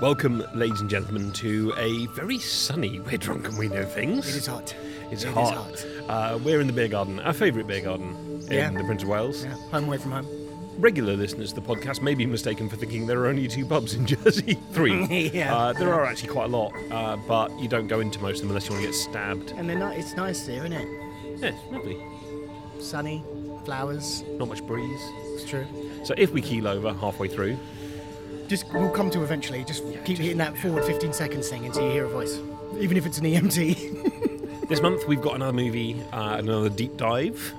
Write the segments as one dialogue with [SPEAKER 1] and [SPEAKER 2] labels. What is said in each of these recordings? [SPEAKER 1] Welcome, ladies and gentlemen, to a very sunny We're Drunk and We Know Things.
[SPEAKER 2] It is hot.
[SPEAKER 1] It's
[SPEAKER 2] It is
[SPEAKER 1] hot. Uh, we're in the beer garden, our favourite beer garden in
[SPEAKER 2] Yeah.
[SPEAKER 1] the Prince of Wales.
[SPEAKER 2] Yeah, home away from home.
[SPEAKER 1] Regular listeners to the podcast may be mistaken for thinking there are only two pubs in Jersey. Three.
[SPEAKER 2] Yeah.
[SPEAKER 1] uh, there are actually quite a lot, uh, but you don't go into most of them unless you want to get stabbed.
[SPEAKER 2] And they're not, it's nice there, isn't it?
[SPEAKER 1] Yeah, it's lovely.
[SPEAKER 2] Sunny, flowers.
[SPEAKER 1] Not much breeze.
[SPEAKER 2] It's true.
[SPEAKER 1] So if we keel over halfway through,
[SPEAKER 2] Just we'll come to eventually. Just keep
[SPEAKER 1] just-
[SPEAKER 2] hitting that forward 15 seconds thing until you hear a voice, even if it's an E EMT.
[SPEAKER 1] This month we've got another movie, uh, another deep dive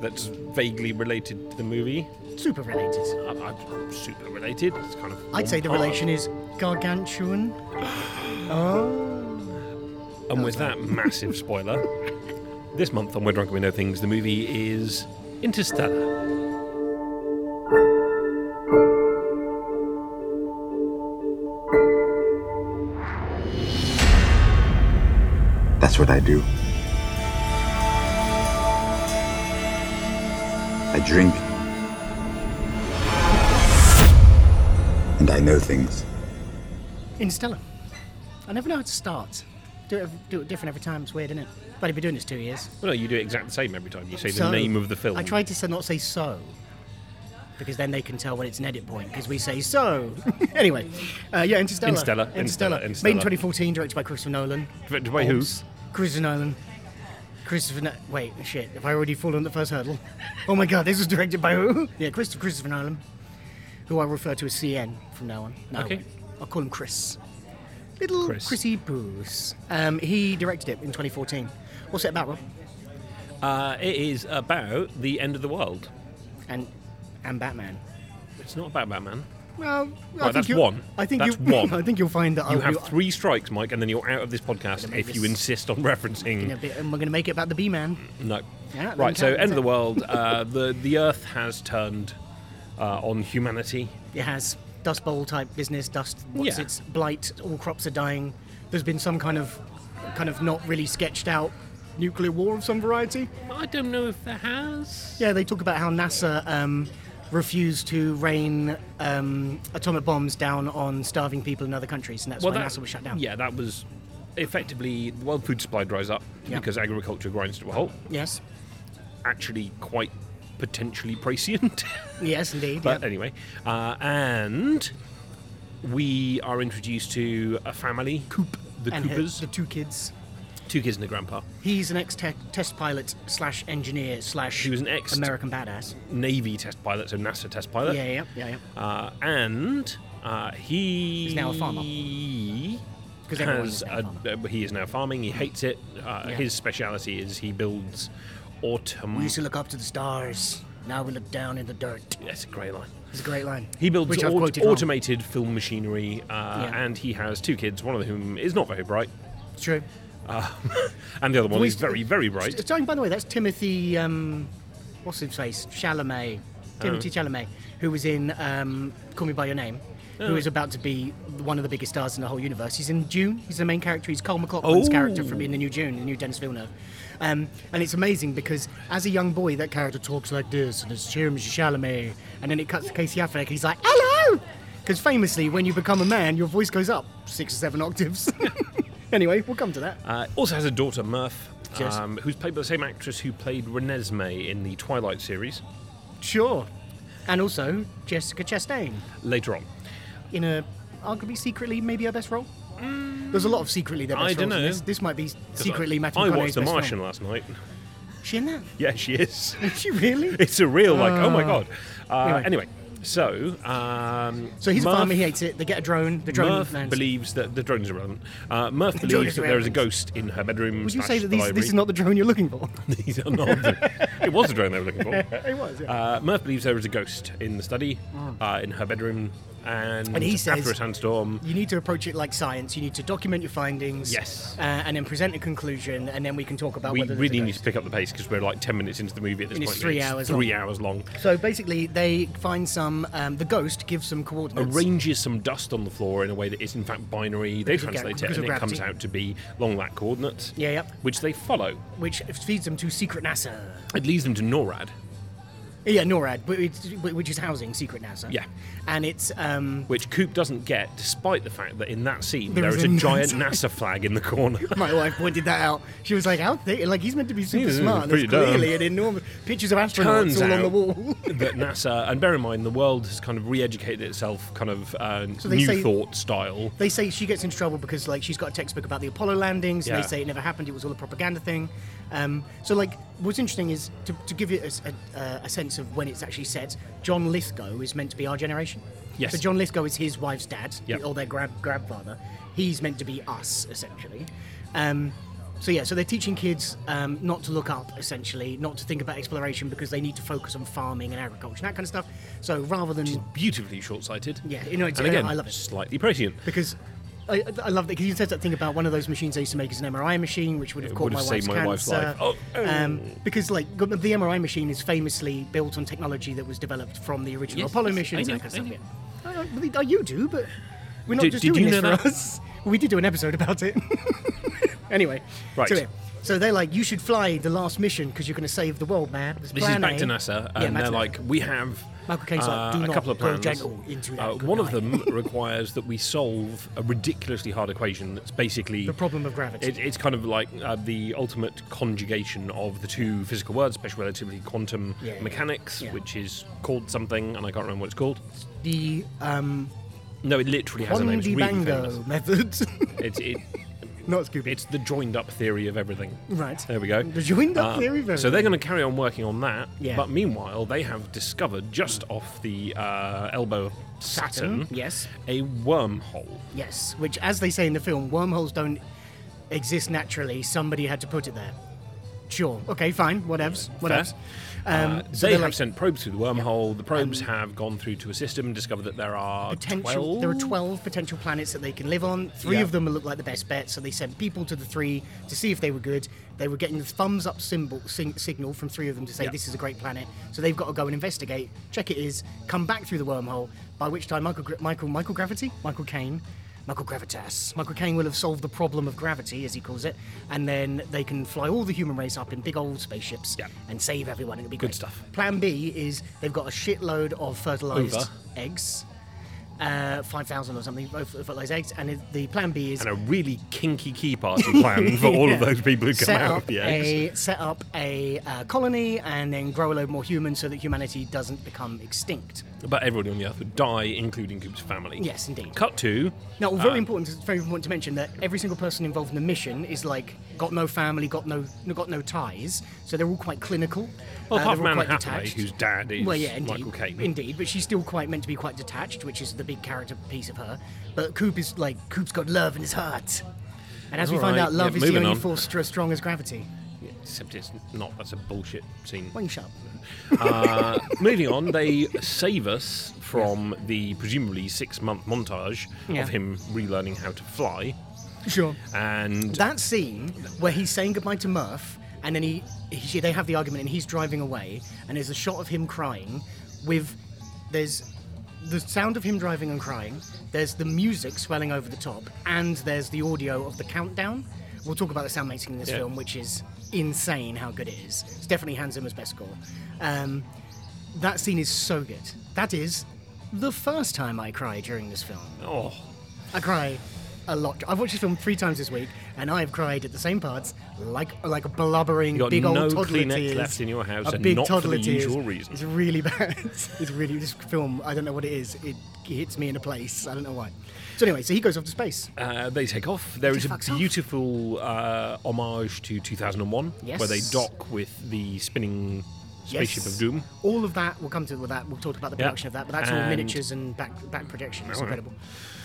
[SPEAKER 1] that's vaguely related to the movie.
[SPEAKER 2] Super related.
[SPEAKER 1] I, I'm super related. It's kind of. one
[SPEAKER 2] I'd say the
[SPEAKER 1] part.
[SPEAKER 2] relation is gargantuan.
[SPEAKER 1] And with that massive spoiler, this month on We're Drunk and We Know Things, the movie is Interstellar.
[SPEAKER 3] That's what I do. I drink. And I know things.
[SPEAKER 2] Interstellar. I never know how to start. Do it, do it different every time. It's weird, isn't it? But I've been doing this two years.
[SPEAKER 1] Well, no, you do it exactly the same every time. You say the
[SPEAKER 2] So,
[SPEAKER 1] name of the film.
[SPEAKER 2] I tried to so- not say so, because then they can tell when it's an edit point, because we say so. anyway, uh, yeah,
[SPEAKER 1] Interstellar,
[SPEAKER 2] Interstellar.
[SPEAKER 1] Interstellar,
[SPEAKER 2] Interstellar.
[SPEAKER 1] Interstelllar.
[SPEAKER 2] Made in 2014, directed by Christopher Nolan.
[SPEAKER 1] Directed by who?
[SPEAKER 2] Oops. Christopher Nolan. Christopher. No- Wait, shit. Have I already fallen the first hurdle? Oh my god, this was directed by who? Yeah, Christopher Christopher Nolan, who I refer to as CN from now on. No,
[SPEAKER 1] Okay.
[SPEAKER 2] wait. I'll call him Chris. Little
[SPEAKER 1] Chris.
[SPEAKER 2] Chrissy Boos. Um, he directed it in 2014. What's it about, Rob?
[SPEAKER 1] Uh, it is about the end of the world.
[SPEAKER 2] And and Batman.
[SPEAKER 1] It's not about Batman.
[SPEAKER 2] Well, I
[SPEAKER 1] Right,
[SPEAKER 2] think
[SPEAKER 1] that's
[SPEAKER 2] you'll-
[SPEAKER 1] one.
[SPEAKER 2] I think
[SPEAKER 1] That's
[SPEAKER 2] you,
[SPEAKER 1] one.
[SPEAKER 2] I think you'll find that
[SPEAKER 1] You
[SPEAKER 2] I'll be,
[SPEAKER 1] have three strikes, Mike, and then you're out of this podcast
[SPEAKER 2] make
[SPEAKER 1] if you
[SPEAKER 2] this-
[SPEAKER 1] insist on referencing.
[SPEAKER 2] in a bit, and we're going to make it about the B-man.
[SPEAKER 1] No.
[SPEAKER 2] Yeah, then
[SPEAKER 1] right. So,
[SPEAKER 2] count,
[SPEAKER 1] end of
[SPEAKER 2] is
[SPEAKER 1] the
[SPEAKER 2] it?
[SPEAKER 1] world. Uh, the the Earth has turned uh, on humanity.
[SPEAKER 2] It has dust bowl type business. Dust. What's
[SPEAKER 1] Yeah.
[SPEAKER 2] its blight? All crops are dying. There's been some kind of, kind of not really sketched out nuclear war of some variety.
[SPEAKER 1] I don't know if there has.
[SPEAKER 2] Yeah, they talk about how NASA um, refused to rain um, atomic bombs down on starving people in other countries, and that's why NASA was shut down.
[SPEAKER 1] Yeah, that was effectively the world food supply dries up
[SPEAKER 2] Yeah.
[SPEAKER 1] because agriculture grinds to a halt.
[SPEAKER 2] Yes.
[SPEAKER 1] Actually, quite potentially prescient.
[SPEAKER 2] Yes, indeed.
[SPEAKER 1] but
[SPEAKER 2] yeah.
[SPEAKER 1] anyway, uh, and we are introduced to a family, Coop, the
[SPEAKER 2] And her-
[SPEAKER 1] Coopers,
[SPEAKER 2] the two kids.
[SPEAKER 1] two kids and a grandpa,
[SPEAKER 2] He's an ex-test pilot slash engineer slash
[SPEAKER 1] He was an ex-
[SPEAKER 2] American badass.
[SPEAKER 1] Navy test pilot, so NASA test pilot.
[SPEAKER 2] Yeah, yeah, yeah, yeah.
[SPEAKER 1] Uh, and uh, he
[SPEAKER 2] He's now a farmer.
[SPEAKER 1] Because
[SPEAKER 2] 'Cause everyone
[SPEAKER 1] has
[SPEAKER 2] is now
[SPEAKER 1] a,
[SPEAKER 2] a farmer.
[SPEAKER 1] uh, he is now farming. He hates it. Uh,
[SPEAKER 2] Yeah.
[SPEAKER 1] His speciality is he builds autumn.
[SPEAKER 2] We used to look up to the stars. Now we look down in the dirt.
[SPEAKER 1] That's a grey line.
[SPEAKER 2] It's a great line.
[SPEAKER 1] He builds
[SPEAKER 2] Which
[SPEAKER 1] aut-
[SPEAKER 2] I've quoted wrong.
[SPEAKER 1] automated film machinery, uh,
[SPEAKER 2] Yeah.
[SPEAKER 1] and he has two kids. One of whom is not very bright,
[SPEAKER 2] It's true.
[SPEAKER 1] and the other one
[SPEAKER 2] We
[SPEAKER 1] is
[SPEAKER 2] st-
[SPEAKER 1] very, very bright.
[SPEAKER 2] St- Starting by the way, that's Timothy. Um, what's his face? Chalamet. Timothy Chalamet, who was in um, Call Me by Your Name, who is about to be one of the biggest stars in the whole universe. He's in Dune. He's the main character. He's Cole McLaughlin's
[SPEAKER 1] Oh.
[SPEAKER 2] character from in the new Dune, the new Dennis Villeneuve. Um, and it's amazing because as a young boy, that character talks like this, and it's Timothy Chalamet, and then it cuts to Casey Affleck, and he's like, "Hello," because famously, when you become a man, your voice goes up six or seven octaves. anyway, we'll come to that.
[SPEAKER 1] Uh, also has a daughter, Murph,
[SPEAKER 2] Yes.
[SPEAKER 1] um, who's played by the same actress who played Renesmee in the Twilight series
[SPEAKER 2] Sure. And also Jessica Chastain
[SPEAKER 1] later on.
[SPEAKER 2] in a arguably secretly maybe her best role. Mm. There's a lot of secretly their best
[SPEAKER 1] I don't
[SPEAKER 2] roles in
[SPEAKER 1] know.
[SPEAKER 2] This. this might be
[SPEAKER 1] 'Cause
[SPEAKER 2] secretly
[SPEAKER 1] I,
[SPEAKER 2] Matthew
[SPEAKER 1] I
[SPEAKER 2] McConaughey's
[SPEAKER 1] watched The
[SPEAKER 2] best
[SPEAKER 1] Martian
[SPEAKER 2] Role.
[SPEAKER 1] last night.
[SPEAKER 2] She in that?
[SPEAKER 1] Yeah, she is.
[SPEAKER 2] Is she really?
[SPEAKER 1] It's a real like, oh my god. Uh,
[SPEAKER 2] Ah. Anyway.
[SPEAKER 1] anyway. so um,
[SPEAKER 2] So he's
[SPEAKER 1] Murph,
[SPEAKER 2] a farmer. He hates it. They get a drone. The drone
[SPEAKER 1] Murph
[SPEAKER 2] lands.
[SPEAKER 1] believes that the drone is irrelevant. Uh, Murph
[SPEAKER 2] drone
[SPEAKER 1] believes
[SPEAKER 2] is
[SPEAKER 1] that there is a
[SPEAKER 2] irrelevant.
[SPEAKER 1] ghost in her bedroom.
[SPEAKER 2] Would you
[SPEAKER 1] slash
[SPEAKER 2] say that
[SPEAKER 1] the
[SPEAKER 2] these, this
[SPEAKER 1] library.
[SPEAKER 2] is not the drone you're looking for?
[SPEAKER 1] These are not the- it was a drone they were looking for.
[SPEAKER 2] it was. Yeah.
[SPEAKER 1] Uh, Murph believes there is a ghost in the study, uh, in her bedroom, and,
[SPEAKER 2] Mm. And he
[SPEAKER 1] after
[SPEAKER 2] says-
[SPEAKER 1] a sandstorm,
[SPEAKER 2] you need to approach it like science. You need to document your findings.
[SPEAKER 1] Yes.
[SPEAKER 2] Uh, and then present a conclusion, and then we can talk about
[SPEAKER 1] we
[SPEAKER 2] whether there's a
[SPEAKER 1] really need
[SPEAKER 2] ghost.
[SPEAKER 1] to pick up the pace because we're like ten minutes into the movie at this
[SPEAKER 2] And it's
[SPEAKER 1] point.
[SPEAKER 2] three hours
[SPEAKER 1] Three
[SPEAKER 2] long.
[SPEAKER 1] hours long.
[SPEAKER 2] So basically, they find some. Um, the ghost gives some coordinates.
[SPEAKER 1] arranges some dust on the floor in a way that is in fact binary. They
[SPEAKER 2] Because of
[SPEAKER 1] translate
[SPEAKER 2] gra-
[SPEAKER 1] it
[SPEAKER 2] because
[SPEAKER 1] and
[SPEAKER 2] of
[SPEAKER 1] it comes
[SPEAKER 2] gravity.
[SPEAKER 1] out to be long lat coordinates.
[SPEAKER 2] Yeah, yep.
[SPEAKER 1] Which they follow.
[SPEAKER 2] which feeds them to secret NASA.
[SPEAKER 1] It leads them to NORAD.
[SPEAKER 2] Yeah, NORAD, but it's, which is housing secret NASA.
[SPEAKER 1] Yeah.
[SPEAKER 2] and it's um,
[SPEAKER 1] Which Coop doesn't get, despite the fact that in that scene
[SPEAKER 2] There
[SPEAKER 1] there
[SPEAKER 2] is
[SPEAKER 1] is
[SPEAKER 2] a
[SPEAKER 1] a
[SPEAKER 2] NASA
[SPEAKER 1] giant NASA flag in the corner.
[SPEAKER 2] my wife pointed that out. She was like, "How thick? Like he's meant to be super
[SPEAKER 1] He's
[SPEAKER 2] smart. There's
[SPEAKER 1] pretty dumb."
[SPEAKER 2] clearly an enormous pictures of astronauts
[SPEAKER 1] Turns
[SPEAKER 2] all on the
[SPEAKER 1] out-
[SPEAKER 2] wall."
[SPEAKER 1] that NASA, uh, and bear in mind, the world has kind of re-educated itself, kind of uh,
[SPEAKER 2] they
[SPEAKER 1] new
[SPEAKER 2] say-
[SPEAKER 1] thought style.
[SPEAKER 2] They say she gets into trouble because like she's got a textbook about the Apollo landings. And
[SPEAKER 1] Yeah.
[SPEAKER 2] they say it never happened. It was all a propaganda thing. Um, so like, what's interesting is to, to give you a, s- a- uh, a sense of when it's actually set. John Lithgow is meant to be our generation.
[SPEAKER 1] Yes.
[SPEAKER 2] So John Lithgow is his wife's dad
[SPEAKER 1] Yep.
[SPEAKER 2] or their grand grandfather. He's meant to be us essentially. Um, so yeah, so they're teaching kids um, not to look up, essentially, not to think about exploration because they need to focus on farming and agriculture, and that kind of stuff. So rather than
[SPEAKER 1] Beautifully short-sighted.
[SPEAKER 2] Yeah, you know, it's-
[SPEAKER 1] and again,
[SPEAKER 2] I love it.
[SPEAKER 1] Slightly prescient.
[SPEAKER 2] because I, I love that because you said that thing about one of those machines they used to make is an MRI machine, which would have
[SPEAKER 1] It
[SPEAKER 2] caught
[SPEAKER 1] would
[SPEAKER 2] my,
[SPEAKER 1] have saved
[SPEAKER 2] wife's
[SPEAKER 1] my wife's
[SPEAKER 2] cancer.
[SPEAKER 1] life. Oh,
[SPEAKER 2] Um, because like the MRI machine is famously built on technology that was developed from the original
[SPEAKER 1] Yes,
[SPEAKER 2] Apollo
[SPEAKER 1] yes,
[SPEAKER 2] missions.
[SPEAKER 1] I
[SPEAKER 2] and that
[SPEAKER 1] know,
[SPEAKER 2] kind of stuff, yeah. I- I- well, they- uh, you do, but we're not
[SPEAKER 1] Did-
[SPEAKER 2] just
[SPEAKER 1] did
[SPEAKER 2] doing
[SPEAKER 1] you
[SPEAKER 2] this
[SPEAKER 1] know
[SPEAKER 2] for
[SPEAKER 1] that?
[SPEAKER 2] us. We did do an episode about it. anyway,
[SPEAKER 1] Right.
[SPEAKER 2] So, yeah. So they're like, you should fly the last mission because you're going to save the world, man. This
[SPEAKER 1] This is back to NASA, and
[SPEAKER 2] yeah, back
[SPEAKER 1] they're
[SPEAKER 2] to NASA.
[SPEAKER 1] like, we have
[SPEAKER 2] Michael Caine's like,
[SPEAKER 1] uh,
[SPEAKER 2] "Do
[SPEAKER 1] a
[SPEAKER 2] not
[SPEAKER 1] couple of
[SPEAKER 2] go
[SPEAKER 1] plans.
[SPEAKER 2] gentle into that.
[SPEAKER 1] Uh,
[SPEAKER 2] Good
[SPEAKER 1] one of
[SPEAKER 2] night."
[SPEAKER 1] them requires that we solve a ridiculously hard equation that's basically
[SPEAKER 2] the problem of gravity.
[SPEAKER 1] It, it's kind of like uh, the ultimate conjugation of the two physical words, special relativity, quantum
[SPEAKER 2] Yeah, yeah,
[SPEAKER 1] mechanics,
[SPEAKER 2] yeah.
[SPEAKER 1] which is called something, and I can't remember what it's called.
[SPEAKER 2] the um,
[SPEAKER 1] No, it literally has a name. It's really famous.
[SPEAKER 2] Bondibango method.
[SPEAKER 1] It's, it,
[SPEAKER 2] not Scooby.
[SPEAKER 1] it's the joined up theory of everything.
[SPEAKER 2] Right.
[SPEAKER 1] There we go. Um,
[SPEAKER 2] The joined up theory of
[SPEAKER 1] So they're
[SPEAKER 2] everything.
[SPEAKER 1] going to carry on working on that.
[SPEAKER 2] Yeah.
[SPEAKER 1] But meanwhile, they have discovered just off the uh, elbow of Saturn,
[SPEAKER 2] Yes.
[SPEAKER 1] a wormhole.
[SPEAKER 2] Yes. Which, as they say in the film, wormholes don't exist naturally. Somebody had to put it there. Sure. Okay. Fine. Whatevs. Whatevs. Um, so
[SPEAKER 1] Uh, they
[SPEAKER 2] they're
[SPEAKER 1] have
[SPEAKER 2] like, Um,
[SPEAKER 1] sent probes through the wormhole. The probes have gone through to a system and discovered that there are
[SPEAKER 2] potential.
[SPEAKER 1] 12?
[SPEAKER 2] There are twelve potential planets that they can live on. Three
[SPEAKER 1] Yeah.
[SPEAKER 2] of them look like the best bet, so they sent people to the three to see if they were good. They were getting the thumbs up symbol sing, signal from three of them to say
[SPEAKER 1] Yeah.
[SPEAKER 2] this is a great planet. So they've got to go and investigate, check it is, come back through the wormhole. By which time, Michael Gra- Michael Michael Gravity, Michael Caine. Michael Gravitas. Michael Caine will have solved the problem of gravity, as he calls it, and then they can fly all the human race up in big old spaceships
[SPEAKER 1] Yeah.
[SPEAKER 2] and save everyone. It'll be
[SPEAKER 1] Good
[SPEAKER 2] great.
[SPEAKER 1] stuff.
[SPEAKER 2] Plan B is they've got a shitload of fertilized
[SPEAKER 1] Over.
[SPEAKER 2] eggs uh, 5,000 or something for, for those eggs. And it, the plan B is
[SPEAKER 1] and a really kinky key party plan for all of
[SPEAKER 2] Yeah.
[SPEAKER 1] those people who come
[SPEAKER 2] set
[SPEAKER 1] out
[SPEAKER 2] up
[SPEAKER 1] of the eggs.
[SPEAKER 2] A, set up a uh, colony and then grow a load more humans so that humanity doesn't become extinct.
[SPEAKER 1] But everybody on the Earth would die, including Coop's family.
[SPEAKER 2] Yes, indeed.
[SPEAKER 1] Cut to.
[SPEAKER 2] Now, very
[SPEAKER 1] Um,
[SPEAKER 2] important. It's very important to mention that every single person involved in the mission is like got no family, got no got no ties, so they're all quite clinical.
[SPEAKER 1] Well,
[SPEAKER 2] uh,
[SPEAKER 1] apart
[SPEAKER 2] they're
[SPEAKER 1] from
[SPEAKER 2] all
[SPEAKER 1] Anna
[SPEAKER 2] quite
[SPEAKER 1] Hathaway,
[SPEAKER 2] detached.
[SPEAKER 1] whose dad is
[SPEAKER 2] well, yeah, indeed,
[SPEAKER 1] Michael Caine.
[SPEAKER 2] Indeed, but she's still quite meant to be quite detached, which is the big character piece of her. But Coop is like Coop's got love in his heart, and as we
[SPEAKER 1] All
[SPEAKER 2] find
[SPEAKER 1] right,
[SPEAKER 2] out, love
[SPEAKER 1] yeah,
[SPEAKER 2] is the
[SPEAKER 1] moving
[SPEAKER 2] only
[SPEAKER 1] on.
[SPEAKER 2] force as strong as gravity.
[SPEAKER 1] Except it's not. That's a bullshit scene.
[SPEAKER 2] One shot.
[SPEAKER 1] Uh, moving on, they save us from the presumably six month montage
[SPEAKER 2] Yeah.
[SPEAKER 1] of him relearning how to fly.
[SPEAKER 2] Sure.
[SPEAKER 1] And
[SPEAKER 2] That scene where he's saying goodbye to Murph, and then he, he they have the argument, and he's driving away, and there's a shot of him crying, with there's the sound of him driving and crying, there's the music swelling over the top, and there's the audio of the countdown. We'll talk about the sound mixing in this
[SPEAKER 1] Yeah.
[SPEAKER 2] film, which is insane how good it is. It's definitely Hans Zimmer's best score. Um, that scene is so good. That is the first time I cry during this film.
[SPEAKER 1] oh,
[SPEAKER 2] I cry a lot. I've watched this film three times this week, and I have cried at the same parts, like like blubbering
[SPEAKER 1] You got
[SPEAKER 2] big
[SPEAKER 1] no
[SPEAKER 2] old toddler
[SPEAKER 1] Kleenex
[SPEAKER 2] tears.
[SPEAKER 1] left in your house
[SPEAKER 2] a
[SPEAKER 1] and
[SPEAKER 2] big
[SPEAKER 1] not for the
[SPEAKER 2] toddler tears.
[SPEAKER 1] usual reason.
[SPEAKER 2] It's really bad. it's really this film. I don't know what it is. It hits me in a place. I don't know why. So anyway, so he goes off to space.
[SPEAKER 1] uh, they take off. There
[SPEAKER 2] He
[SPEAKER 1] is a
[SPEAKER 2] fucks off.
[SPEAKER 1] beautiful uh, homage to 2001,
[SPEAKER 2] Yes.
[SPEAKER 1] where they dock with the spinning spaceship
[SPEAKER 2] Yes.
[SPEAKER 1] of doom.
[SPEAKER 2] All of that. We'll come to with that. We'll talk about the
[SPEAKER 1] Yeah.
[SPEAKER 2] production of that. But that's all
[SPEAKER 1] And-
[SPEAKER 2] miniatures and back back projection. It's
[SPEAKER 1] All right.
[SPEAKER 2] incredible.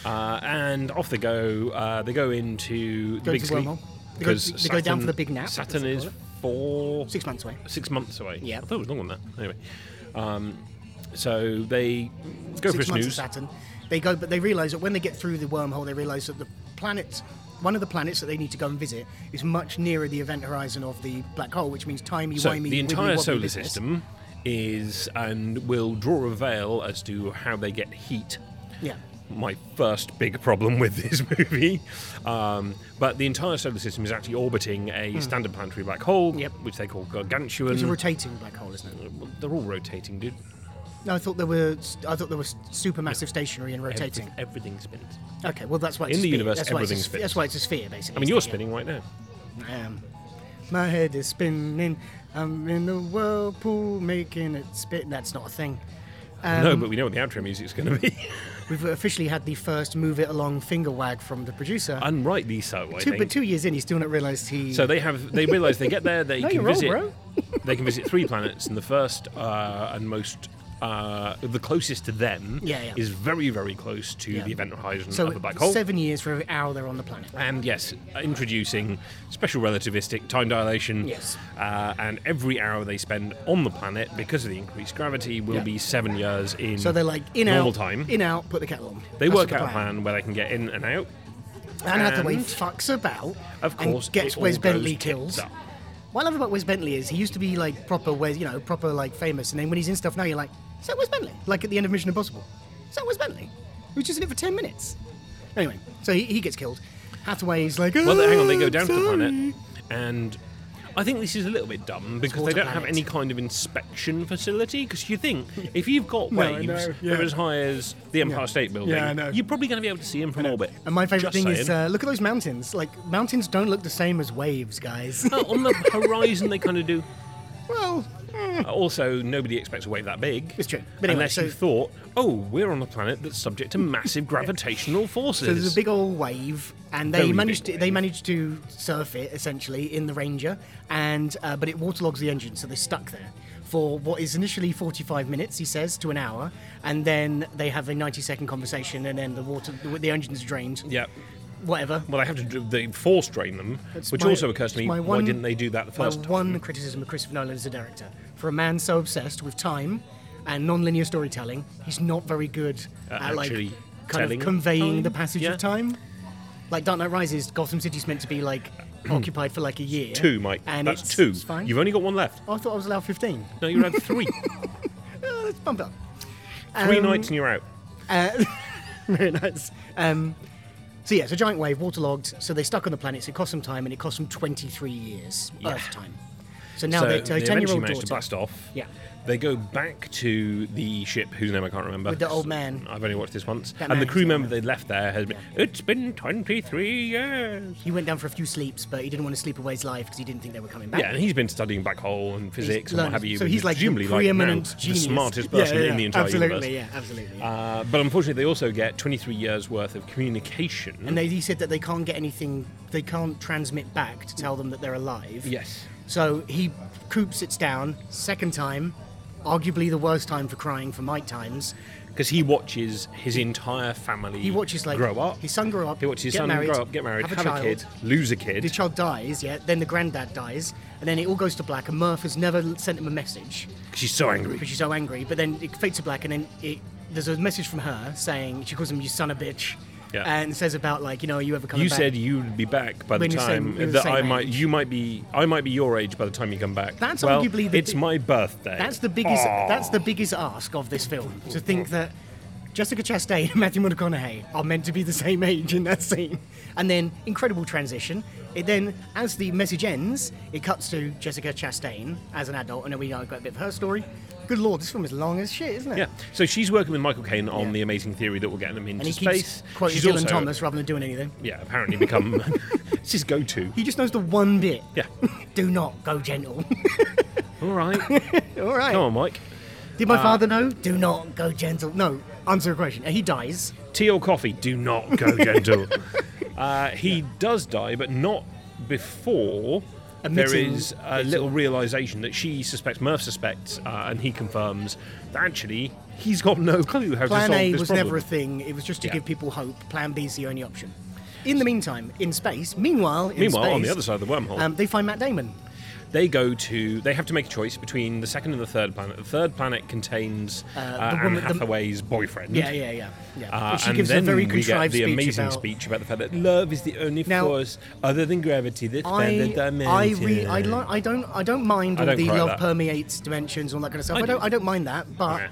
[SPEAKER 1] Uh, and off they go. Uh, they go into the
[SPEAKER 2] Go
[SPEAKER 1] big
[SPEAKER 2] to
[SPEAKER 1] sleep.
[SPEAKER 2] wormhole. They go-
[SPEAKER 1] 'cause
[SPEAKER 2] they go down for the big nap, as
[SPEAKER 1] Saturn
[SPEAKER 2] they
[SPEAKER 1] is
[SPEAKER 2] call it.
[SPEAKER 1] four
[SPEAKER 2] Six months away.
[SPEAKER 1] six months away.
[SPEAKER 2] Yeah.
[SPEAKER 1] I thought it was longer than that. Anyway, um, so they go for a
[SPEAKER 2] six months of
[SPEAKER 1] snooze.
[SPEAKER 2] Saturn. They go, but they realise that when they get through the wormhole, they realise that the planet, one of the planets that they need to go and visit, is much nearer the event horizon of the black hole, which means timey
[SPEAKER 1] So
[SPEAKER 2] wimey.
[SPEAKER 1] the entire
[SPEAKER 2] wibbly-wobbly
[SPEAKER 1] solar
[SPEAKER 2] business.
[SPEAKER 1] system is, and will draw a veil as to how they get heat
[SPEAKER 2] Yeah.
[SPEAKER 1] my first big problem with this movie. Um, but the entire solar system is actually orbiting a standard planetary black hole,
[SPEAKER 2] Hmm. Yep.
[SPEAKER 1] which they call gargantuan.
[SPEAKER 2] It's a rotating black hole, isn't it?
[SPEAKER 1] They're all rotating, dude.
[SPEAKER 2] No, I thought there were. I thought there was supermassive stationary and rotating.
[SPEAKER 1] Everything, everything spins.
[SPEAKER 2] Okay, well that's why it's
[SPEAKER 1] In
[SPEAKER 2] a
[SPEAKER 1] the
[SPEAKER 2] sphere.
[SPEAKER 1] universe,
[SPEAKER 2] that's why it's a
[SPEAKER 1] everything
[SPEAKER 2] sph-
[SPEAKER 1] spins.
[SPEAKER 2] That's why it's a sphere, basically.
[SPEAKER 1] I mean, you're spinning right now.
[SPEAKER 2] Um, my head is spinning. I'm in the whirlpool, making it spin. That's not a thing.
[SPEAKER 1] no,
[SPEAKER 2] Um,
[SPEAKER 1] but we know what the outro music's going to be.
[SPEAKER 2] We've officially had the first move it along finger wag from the producer.
[SPEAKER 1] Unrightly so, I
[SPEAKER 2] two,
[SPEAKER 1] think.
[SPEAKER 2] but two years in, he's still not realised he.
[SPEAKER 1] So they have they realise they get there they
[SPEAKER 2] No,
[SPEAKER 1] can
[SPEAKER 2] you're wrong,
[SPEAKER 1] visit
[SPEAKER 2] bro.
[SPEAKER 1] they can visit three planets and the first uh, and most uh, the closest to them
[SPEAKER 2] Yeah, yeah.
[SPEAKER 1] is very very close to
[SPEAKER 2] Yeah.
[SPEAKER 1] the event horizon
[SPEAKER 2] So
[SPEAKER 1] of the black hole.
[SPEAKER 2] seven years for every hour they're on the planet.
[SPEAKER 1] and yes, introducing special relativistic time dilation.
[SPEAKER 2] Yes.
[SPEAKER 1] Uh, and every hour they spend on the planet because of the increased gravity will
[SPEAKER 2] Yeah.
[SPEAKER 1] be seven years in
[SPEAKER 2] So they're like in
[SPEAKER 1] normal
[SPEAKER 2] out,
[SPEAKER 1] time.
[SPEAKER 2] in out, put the kettle on.
[SPEAKER 1] they
[SPEAKER 2] That's
[SPEAKER 1] work
[SPEAKER 2] the
[SPEAKER 1] out a plan where they can get in and out.
[SPEAKER 2] And, how the way
[SPEAKER 1] And-
[SPEAKER 2] fucks about,
[SPEAKER 1] Of course,
[SPEAKER 2] and gets
[SPEAKER 1] it all
[SPEAKER 2] Wes
[SPEAKER 1] goes
[SPEAKER 2] Bentley
[SPEAKER 1] tits
[SPEAKER 2] kills.
[SPEAKER 1] up.
[SPEAKER 2] What I love about Wes Bentley is he used to be like proper Wes, you know, proper like famous, and then when he's in stuff now, you're like, is that Wes Bentley? Like at the end of Mission Impossible, is that Wes Bentley? He was just in it for ten minutes. Anyway, so he, he gets killed. Hathaway's like,
[SPEAKER 1] Well, hang on, they go
[SPEAKER 2] "I'm
[SPEAKER 1] down to the
[SPEAKER 2] sorry."
[SPEAKER 1] planet, and I think this is a little bit dumb because they
[SPEAKER 2] water
[SPEAKER 1] don't have
[SPEAKER 2] planet.
[SPEAKER 1] any kind of inspection facility. Because you think if you've got
[SPEAKER 2] No, I
[SPEAKER 1] waves
[SPEAKER 2] know,
[SPEAKER 1] that are
[SPEAKER 2] yeah.
[SPEAKER 1] as high as the Empire
[SPEAKER 2] Yeah.
[SPEAKER 1] State Building,
[SPEAKER 2] Yeah, I know.
[SPEAKER 1] you're probably going to be able to see them from orbit.
[SPEAKER 2] And my favorite
[SPEAKER 1] Just
[SPEAKER 2] thing is,
[SPEAKER 1] saying.
[SPEAKER 2] uh, look at those mountains. Like mountains don't look the same as waves, guys.
[SPEAKER 1] Uh, on the horizon, they kind of do.
[SPEAKER 2] well,
[SPEAKER 1] Uh, Also, nobody expects a wave that big.
[SPEAKER 2] It's true. But anyway,
[SPEAKER 1] unless you
[SPEAKER 2] so-
[SPEAKER 1] thought, oh, we're on a planet that's subject to massive gravitational forces.
[SPEAKER 2] So there's a big old wave, and
[SPEAKER 1] Very
[SPEAKER 2] they
[SPEAKER 1] big
[SPEAKER 2] managed to, they
[SPEAKER 1] wave.
[SPEAKER 2] managed to surf it essentially in the Ranger, and uh, but it waterlogs the engine, so they're stuck there for what is initially 45 minutes, he says, to an hour, and then they have a 90 second conversation, and then the water the, the engine's drained.
[SPEAKER 1] yeah.
[SPEAKER 2] Whatever.
[SPEAKER 1] Well, they have to do, they force drain them,
[SPEAKER 2] That's
[SPEAKER 1] which
[SPEAKER 2] my-
[SPEAKER 1] also occurs to me.
[SPEAKER 2] it's my
[SPEAKER 1] why
[SPEAKER 2] one-
[SPEAKER 1] didn't they do that the
[SPEAKER 2] my
[SPEAKER 1] first time?
[SPEAKER 2] one criticism of Christopher Nolan as a director, for a man so obsessed with time and non-linear storytelling, he's not very good
[SPEAKER 1] At
[SPEAKER 2] at like
[SPEAKER 1] Uh, actually
[SPEAKER 2] kind
[SPEAKER 1] telling
[SPEAKER 2] of conveying
[SPEAKER 1] time?
[SPEAKER 2] the passage
[SPEAKER 1] Yeah.
[SPEAKER 2] of time. Like Dark Knight Rises, Gotham City's meant to be like occupied for like a year.
[SPEAKER 1] two, Mike.
[SPEAKER 2] And
[SPEAKER 1] That's
[SPEAKER 2] it's,
[SPEAKER 1] two.
[SPEAKER 2] It's fine. Oh,
[SPEAKER 1] You've only got one left.
[SPEAKER 2] I thought I was allowed 15.
[SPEAKER 1] No, you're at three.
[SPEAKER 2] Oh, let's bump it up.
[SPEAKER 1] Three
[SPEAKER 2] Um,
[SPEAKER 1] nights and you're out.
[SPEAKER 2] Very nice. Um, so yeah, it's a giant wave, waterlogged. So they're stuck on the planet. So it cost them time, and it cost them 23 years Earth time. So now
[SPEAKER 1] so
[SPEAKER 2] their
[SPEAKER 1] they
[SPEAKER 2] 10 year
[SPEAKER 1] eventually
[SPEAKER 2] old
[SPEAKER 1] manage
[SPEAKER 2] daughter.
[SPEAKER 1] to blast off.
[SPEAKER 2] Yeah.
[SPEAKER 1] They go back to the ship, whose name I can't remember.
[SPEAKER 2] With the old man.
[SPEAKER 1] I've only watched this once.
[SPEAKER 2] That
[SPEAKER 1] and the
[SPEAKER 2] man,
[SPEAKER 1] crew
[SPEAKER 2] yeah.
[SPEAKER 1] member they left there has been, it's been 23 years.
[SPEAKER 2] He went down for a few sleeps, but he didn't want to sleep away his life because he didn't think they were coming back.
[SPEAKER 1] Yeah, and he's been studying black hole and physics and what
[SPEAKER 2] learned-
[SPEAKER 1] have you.
[SPEAKER 2] So
[SPEAKER 1] and
[SPEAKER 2] he's like
[SPEAKER 1] presumably
[SPEAKER 2] the preeminent
[SPEAKER 1] now
[SPEAKER 2] genius,
[SPEAKER 1] the smartest
[SPEAKER 2] Yeah,
[SPEAKER 1] person
[SPEAKER 2] yeah,
[SPEAKER 1] in the
[SPEAKER 2] yeah.
[SPEAKER 1] entire
[SPEAKER 2] absolutely,
[SPEAKER 1] universe.
[SPEAKER 2] yeah, absolutely.
[SPEAKER 1] Uh, but unfortunately, they also get 23 years worth of communication.
[SPEAKER 2] and they, he said that they can't get anything, they can't transmit back to tell them that they're alive.
[SPEAKER 1] yes.
[SPEAKER 2] So he coop sits down, second time, arguably the worst time for crying for Mike times.
[SPEAKER 1] Because he watches his entire family
[SPEAKER 2] He watches like
[SPEAKER 1] Mm. grow up.
[SPEAKER 2] his son grow up,
[SPEAKER 1] He watches his
[SPEAKER 2] get
[SPEAKER 1] son
[SPEAKER 2] married,
[SPEAKER 1] grow up, get married,
[SPEAKER 2] have a
[SPEAKER 1] have,
[SPEAKER 2] child.
[SPEAKER 1] a kid, lose a kid.
[SPEAKER 2] The child dies, yeah. Then the granddad dies, and then it all goes to black. And Murph has never sent him a message.
[SPEAKER 1] She's so angry.
[SPEAKER 2] but she's so angry. But then it fades to black, and then it, there's a message from her saying she calls him "you son of a bitch,"
[SPEAKER 1] Yeah.
[SPEAKER 2] and says about like you know you ever come.
[SPEAKER 1] You
[SPEAKER 2] back.
[SPEAKER 1] said you'd be back by the
[SPEAKER 2] When you're
[SPEAKER 1] time
[SPEAKER 2] same- you're the
[SPEAKER 1] that
[SPEAKER 2] same
[SPEAKER 1] I might.
[SPEAKER 2] age.
[SPEAKER 1] You might be. I might be your age by the time you come back.
[SPEAKER 2] That's
[SPEAKER 1] well,
[SPEAKER 2] arguably the
[SPEAKER 1] it's
[SPEAKER 2] bi-
[SPEAKER 1] my birthday.
[SPEAKER 2] that's the biggest
[SPEAKER 1] Aw.
[SPEAKER 2] that's the biggest ask of this film to think that Jessica Chastain and Matthew McConaughey are meant to be the same age in that scene, and then incredible transition. It then, as the message ends, it cuts to Jessica Chastain as an adult, and then we know got a bit of her story. Good lord, this film is long as shit, isn't it?
[SPEAKER 1] Yeah. So she's working with Michael Caine on
[SPEAKER 2] Yeah.
[SPEAKER 1] the amazing theory that will get them into
[SPEAKER 2] And he
[SPEAKER 1] space.
[SPEAKER 2] keeps quoting
[SPEAKER 1] she's
[SPEAKER 2] Dylan
[SPEAKER 1] also,
[SPEAKER 2] Thomas rather than doing anything.
[SPEAKER 1] Yeah. Apparently become. it's his go-to.
[SPEAKER 2] He just knows the one bit.
[SPEAKER 1] Yeah.
[SPEAKER 2] Do not go gentle.
[SPEAKER 1] All right. Uh,
[SPEAKER 2] All right.
[SPEAKER 1] Come on, Mike.
[SPEAKER 2] Did my father know? Do not go gentle. No, answer a question. And he dies.
[SPEAKER 1] Tea or coffee? Do not go gentle. uh, he does die, but not before. there
[SPEAKER 2] Admitting-
[SPEAKER 1] is a little realization that she suspects, Murph suspects, uh, and he confirms that actually he's got no clue how to
[SPEAKER 2] Plan
[SPEAKER 1] solve
[SPEAKER 2] A
[SPEAKER 1] this
[SPEAKER 2] was
[SPEAKER 1] problem.
[SPEAKER 2] never a thing. It was just to
[SPEAKER 1] Yeah.
[SPEAKER 2] give people hope. Plan B is the only option. In the meantime, in space. Meanwhile, in
[SPEAKER 1] Meanwhile, on
[SPEAKER 2] space,
[SPEAKER 1] the other side of the wormhole,
[SPEAKER 2] um, they find Matt Damon.
[SPEAKER 1] they go to. They have to make a choice between the second and the third planet. The third planet contains uh,
[SPEAKER 2] the
[SPEAKER 1] Anne
[SPEAKER 2] woman- the-
[SPEAKER 1] Hathaway's boyfriend.
[SPEAKER 2] Yeah, yeah, yeah. yeah.
[SPEAKER 1] Uh,
[SPEAKER 2] And she
[SPEAKER 1] and
[SPEAKER 2] gives
[SPEAKER 1] then
[SPEAKER 2] a
[SPEAKER 1] we
[SPEAKER 2] very
[SPEAKER 1] get
[SPEAKER 2] contrived
[SPEAKER 1] the
[SPEAKER 2] speech
[SPEAKER 1] amazing
[SPEAKER 2] about,
[SPEAKER 1] speech about the fact that love is the only
[SPEAKER 2] Now-
[SPEAKER 1] force other than gravity that
[SPEAKER 2] I,
[SPEAKER 1] bends the dimension.
[SPEAKER 2] I, re- I, li- I don't, I don't mind
[SPEAKER 1] I
[SPEAKER 2] all
[SPEAKER 1] don't
[SPEAKER 2] the
[SPEAKER 1] quite
[SPEAKER 2] love
[SPEAKER 1] that.
[SPEAKER 2] permeates dimensions, all that kind of stuff.
[SPEAKER 1] I
[SPEAKER 2] I,
[SPEAKER 1] do.
[SPEAKER 2] don't, I don't mind that, but
[SPEAKER 1] Yeah.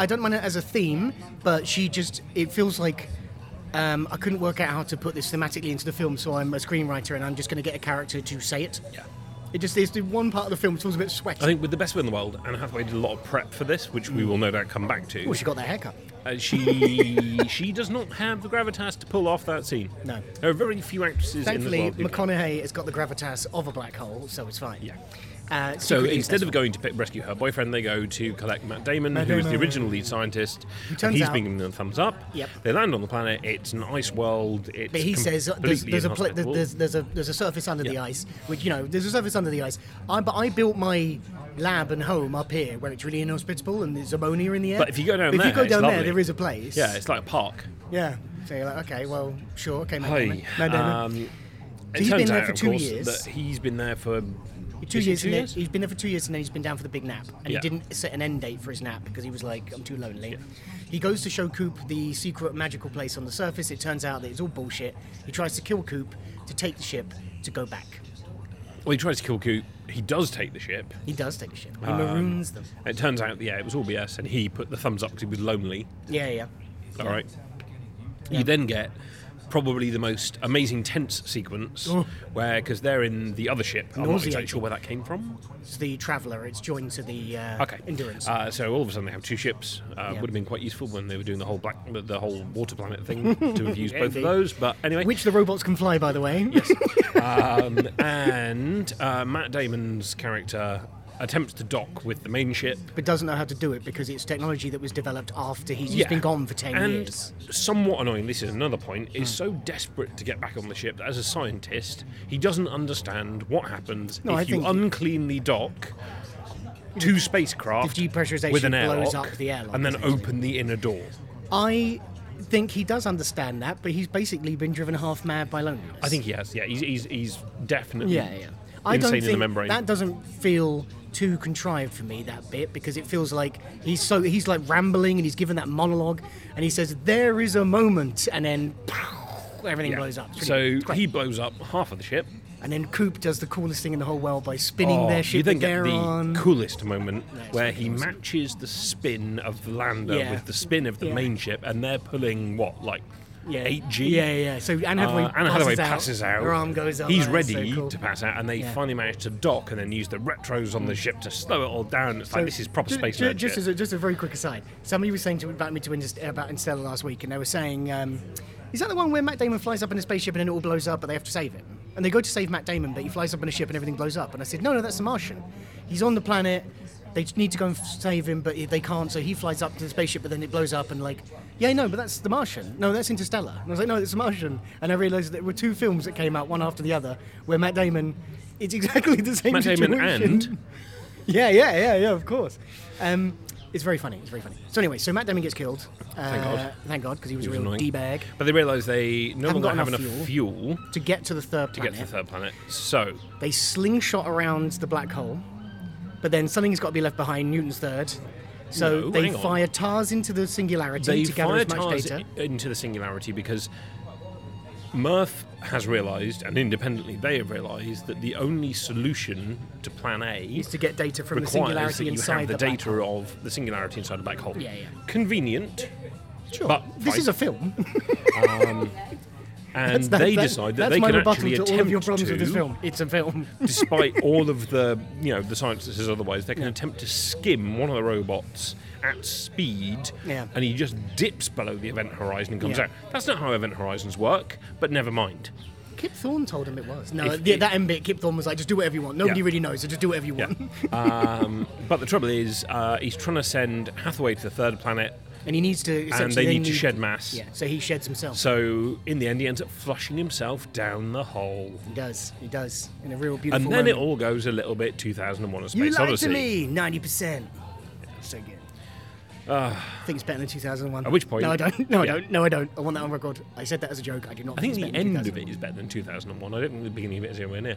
[SPEAKER 2] I don't mind it as a theme, but she just it feels like um, I couldn't work out how to put this thematically into the film, so I'm a screenwriter and I'm just going to get a character to say it.
[SPEAKER 1] Yeah.
[SPEAKER 2] It just is the one part of the film feels a bit sweaty.
[SPEAKER 1] I think with the best will in the world, Anne Hathaway did a lot of prep for this, which we will no doubt come back to.
[SPEAKER 2] oh, she got that haircut.
[SPEAKER 1] Uh, she she does not have the gravitas to pull off that scene.
[SPEAKER 2] No.
[SPEAKER 1] There are very few actresses
[SPEAKER 2] Thankfully,
[SPEAKER 1] in this world. who can.
[SPEAKER 2] McConaughey has got the gravitas of a black hole, so it's fine.
[SPEAKER 1] Yeah.
[SPEAKER 2] Uh,
[SPEAKER 1] So
[SPEAKER 2] secretly
[SPEAKER 1] instead
[SPEAKER 2] incestual.
[SPEAKER 1] of going to pick, rescue her boyfriend, they go to collect Matt Damon,
[SPEAKER 2] Matt
[SPEAKER 1] who is the
[SPEAKER 2] Damon.
[SPEAKER 1] original lead scientist. and
[SPEAKER 2] turns
[SPEAKER 1] he's
[SPEAKER 2] out-
[SPEAKER 1] been giving them a thumbs up.
[SPEAKER 2] Yep.
[SPEAKER 1] They land on the planet. It's an ice world. It's
[SPEAKER 2] But he says uh, there's,
[SPEAKER 1] completely
[SPEAKER 2] there's a pla- there's,
[SPEAKER 1] inhospitable.
[SPEAKER 2] there's, there's a there's a surface under the
[SPEAKER 1] Yeah.
[SPEAKER 2] ice, which you know there's a surface under the ice. I but I built my lab and home up here where it's really inhospitable and there's ammonia in the air.
[SPEAKER 1] But if you go down
[SPEAKER 2] if
[SPEAKER 1] there,
[SPEAKER 2] you go
[SPEAKER 1] it's
[SPEAKER 2] down there,
[SPEAKER 1] lovely.
[SPEAKER 2] there is a place.
[SPEAKER 1] yeah, it's like a park.
[SPEAKER 2] yeah. So you're like, okay, well, sure, okay, no,
[SPEAKER 1] Hi.
[SPEAKER 2] no, no, no.
[SPEAKER 1] Um, it
[SPEAKER 2] he's
[SPEAKER 1] turns
[SPEAKER 2] been there
[SPEAKER 1] out,
[SPEAKER 2] for
[SPEAKER 1] of
[SPEAKER 2] two
[SPEAKER 1] course,
[SPEAKER 2] years.
[SPEAKER 1] That he's been there for
[SPEAKER 2] two
[SPEAKER 1] is it
[SPEAKER 2] years.
[SPEAKER 1] Two
[SPEAKER 2] and then-
[SPEAKER 1] years?
[SPEAKER 2] He's been there for two years, and then he's been down for the big nap. And
[SPEAKER 1] Yeah.
[SPEAKER 2] he didn't set an end date for his nap because he was like, "I'm too lonely." He goes to show Coop the secret magical place on the surface. It turns out that it's all bullshit. He tries to kill Coop to take the ship to go back.
[SPEAKER 1] Well, he tries to kill Coop. He does take the ship.
[SPEAKER 2] He does take Um, the ship. He maroons them.
[SPEAKER 1] It turns out, yeah, it was all BS, and he put the thumbs up because he was lonely.
[SPEAKER 2] Yeah, yeah.
[SPEAKER 1] All right. You then get probably the most amazing tense sequence
[SPEAKER 2] Oh.
[SPEAKER 1] where, because they're in the other ship, I'm not exactly
[SPEAKER 2] Nauseating.
[SPEAKER 1] sure where that came from.
[SPEAKER 2] It's the Traveller. It's joined to the uh,
[SPEAKER 1] Okay.
[SPEAKER 2] Endurance.
[SPEAKER 1] Uh, so all of a sudden they have two ships. Uh,
[SPEAKER 2] Yeah.
[SPEAKER 1] Would have been quite useful when they were doing the whole black, the- the whole water planet thing to have used both of
[SPEAKER 2] Indeed.
[SPEAKER 1] those. But anyway,
[SPEAKER 2] Which the robots can fly, by the way.
[SPEAKER 1] um, and uh, Matt Damon's character attempts to dock with the main ship.
[SPEAKER 2] but doesn't know how to do it because it's technology that was developed after he's, he's been gone for 10
[SPEAKER 1] and
[SPEAKER 2] years.
[SPEAKER 1] Somewhat annoying, this is another point, is so desperate to get back on the ship that as a scientist, he doesn't understand what happens
[SPEAKER 2] No,
[SPEAKER 1] if
[SPEAKER 2] I
[SPEAKER 1] you
[SPEAKER 2] think-
[SPEAKER 1] uncleanly dock two spacecraft
[SPEAKER 2] The depressurization
[SPEAKER 1] with an
[SPEAKER 2] blows
[SPEAKER 1] airlock,
[SPEAKER 2] up the airlock,
[SPEAKER 1] and then
[SPEAKER 2] doesn't it?
[SPEAKER 1] open the inner door.
[SPEAKER 2] I think he does understand that, but he's basically been driven half mad by loneliness.
[SPEAKER 1] I think he has, yeah. He's, he's, he's definitely
[SPEAKER 2] Yeah, yeah. I
[SPEAKER 1] insane
[SPEAKER 2] don't
[SPEAKER 1] in the
[SPEAKER 2] think
[SPEAKER 1] membrane.
[SPEAKER 2] that doesn't feel too contrived for me that bit because it feels like he's so he's like rambling and he's given that monologue and he says there is a moment and then everything
[SPEAKER 1] Yeah.
[SPEAKER 2] blows up.
[SPEAKER 1] So
[SPEAKER 2] Great.
[SPEAKER 1] he blows up half of the ship.
[SPEAKER 2] And then Coop does the coolest thing in the whole world by spinning
[SPEAKER 1] Oh,
[SPEAKER 2] their ship
[SPEAKER 1] you then
[SPEAKER 2] that
[SPEAKER 1] get
[SPEAKER 2] they're
[SPEAKER 1] the
[SPEAKER 2] on.
[SPEAKER 1] coolest moment
[SPEAKER 2] it's
[SPEAKER 1] where
[SPEAKER 2] fucking
[SPEAKER 1] he
[SPEAKER 2] awesome.
[SPEAKER 1] matches the spin of the lander
[SPEAKER 2] Yeah.
[SPEAKER 1] with the spin of the
[SPEAKER 2] Yeah.
[SPEAKER 1] main ship, and they're pulling what like
[SPEAKER 2] yeah.
[SPEAKER 1] eight G.
[SPEAKER 2] Yeah, yeah. yeah. So Anne Hathaway,
[SPEAKER 1] Uh, Anne
[SPEAKER 2] passes,
[SPEAKER 1] Hathaway
[SPEAKER 2] out,
[SPEAKER 1] passes out.
[SPEAKER 2] Her arm goes up.
[SPEAKER 1] He's
[SPEAKER 2] and it's so
[SPEAKER 1] ready
[SPEAKER 2] cool.
[SPEAKER 1] to pass out, and they
[SPEAKER 2] Yeah. Mm.
[SPEAKER 1] finally manage to dock and then use the retros on the ship to slow it all down. It's like
[SPEAKER 2] So,
[SPEAKER 1] this is proper
[SPEAKER 2] ju-
[SPEAKER 1] space
[SPEAKER 2] ju-
[SPEAKER 1] nerd
[SPEAKER 2] Just
[SPEAKER 1] shit.
[SPEAKER 2] as a, just a very quick aside, somebody was saying to about me to Inter- about Interstellar last week, and they were saying, um, "Is that the one where Matt Damon flies up in a spaceship and then it all blows up, but they have to save him?" And they go to save Matt Damon, but he flies up in a ship and everything blows up. And I said, "No, no, that's the Martian. He's on the planet. They just need to go and f- save him, but they can't. So he flies up to the spaceship, but then it blows up. And like, yeah, no, but that's the Martian. No, that's Interstellar." And I was like, "No, it's the Martian." And I realised that there were two films that came out one after the other where Matt Damon. It's exactly the same
[SPEAKER 1] Matt Damon
[SPEAKER 2] situation.
[SPEAKER 1] and
[SPEAKER 2] Yeah, yeah, yeah, yeah, of course. Um, it's very funny. It's very funny. So anyway, so Matt Damon gets killed. Uh,
[SPEAKER 1] Thank God.
[SPEAKER 2] Thank God, because he was
[SPEAKER 1] It
[SPEAKER 2] a
[SPEAKER 1] was
[SPEAKER 2] real
[SPEAKER 1] annoying.
[SPEAKER 2] d bag.
[SPEAKER 1] But they realise they no longer
[SPEAKER 2] Haven't got
[SPEAKER 1] have
[SPEAKER 2] enough
[SPEAKER 1] enough fuel
[SPEAKER 2] To get to the third
[SPEAKER 1] to
[SPEAKER 2] planet,
[SPEAKER 1] get to the third planet. So
[SPEAKER 2] they slingshot around the black hole, but then something's got to be left behind. Newton's third. So
[SPEAKER 1] No,
[SPEAKER 2] they
[SPEAKER 1] hang on.
[SPEAKER 2] fire TARS into the singularity
[SPEAKER 1] they
[SPEAKER 2] to gather
[SPEAKER 1] fire
[SPEAKER 2] as much
[SPEAKER 1] TARS
[SPEAKER 2] data.
[SPEAKER 1] into the singularity because Murph has realised, and independently they have realised, that the only solution to Plan A
[SPEAKER 2] Is to get data from the
[SPEAKER 1] requires that
[SPEAKER 2] singularity
[SPEAKER 1] you
[SPEAKER 2] inside
[SPEAKER 1] have the,
[SPEAKER 2] the, black
[SPEAKER 1] data
[SPEAKER 2] hole.
[SPEAKER 1] of the singularity inside the black hole.
[SPEAKER 2] Yeah, yeah.
[SPEAKER 1] Convenient.
[SPEAKER 2] Sure.
[SPEAKER 1] but
[SPEAKER 2] this
[SPEAKER 1] fine.
[SPEAKER 2] is a film.
[SPEAKER 1] and
[SPEAKER 2] That-
[SPEAKER 1] they
[SPEAKER 2] that-
[SPEAKER 1] decide that
[SPEAKER 2] that's
[SPEAKER 1] they
[SPEAKER 2] my
[SPEAKER 1] can
[SPEAKER 2] rebuttal
[SPEAKER 1] actually
[SPEAKER 2] to
[SPEAKER 1] attempt
[SPEAKER 2] all of your problems
[SPEAKER 1] to,
[SPEAKER 2] with this film. It's a film.
[SPEAKER 1] despite all of the you know the science that says otherwise, they can attempt to skim one of the robots at speed,
[SPEAKER 2] Yeah.
[SPEAKER 1] and he just dips below the event horizon and comes
[SPEAKER 2] Yeah.
[SPEAKER 1] out. That's not how event horizons work, but never mind.
[SPEAKER 2] Kip Thorne told him it was. No,
[SPEAKER 1] If
[SPEAKER 2] the,
[SPEAKER 1] it-
[SPEAKER 2] that end bit, Kip Thorne was like, just do whatever you want. Nobody
[SPEAKER 1] Yeah.
[SPEAKER 2] really knows, so just do whatever you
[SPEAKER 1] Yeah.
[SPEAKER 2] want.
[SPEAKER 1] um, but the trouble is, uh, he's trying to send Hathaway to the third planet,
[SPEAKER 2] And he needs to.
[SPEAKER 1] and
[SPEAKER 2] essentially,
[SPEAKER 1] they need to shed mass.
[SPEAKER 2] Yeah, so he sheds himself.
[SPEAKER 1] So in the end, he ends up flushing himself down the hole.
[SPEAKER 2] he does. He does. In a real beautiful
[SPEAKER 1] And then it
[SPEAKER 2] moment.
[SPEAKER 1] all goes a little bit 2001: A Space
[SPEAKER 2] You lied
[SPEAKER 1] Odyssey.
[SPEAKER 2] to me! 90%. So good. I think it's better than 2001.
[SPEAKER 1] Ah. At which point-
[SPEAKER 2] No, I don't. No, I
[SPEAKER 1] Yeah.
[SPEAKER 2] don't. No, I don't. I want that on record. I said that as a joke. I do not
[SPEAKER 1] I think
[SPEAKER 2] it's
[SPEAKER 1] the
[SPEAKER 2] better than
[SPEAKER 1] end of
[SPEAKER 2] 2001.
[SPEAKER 1] it is better than 2001. I don't think the beginning of it is anywhere near.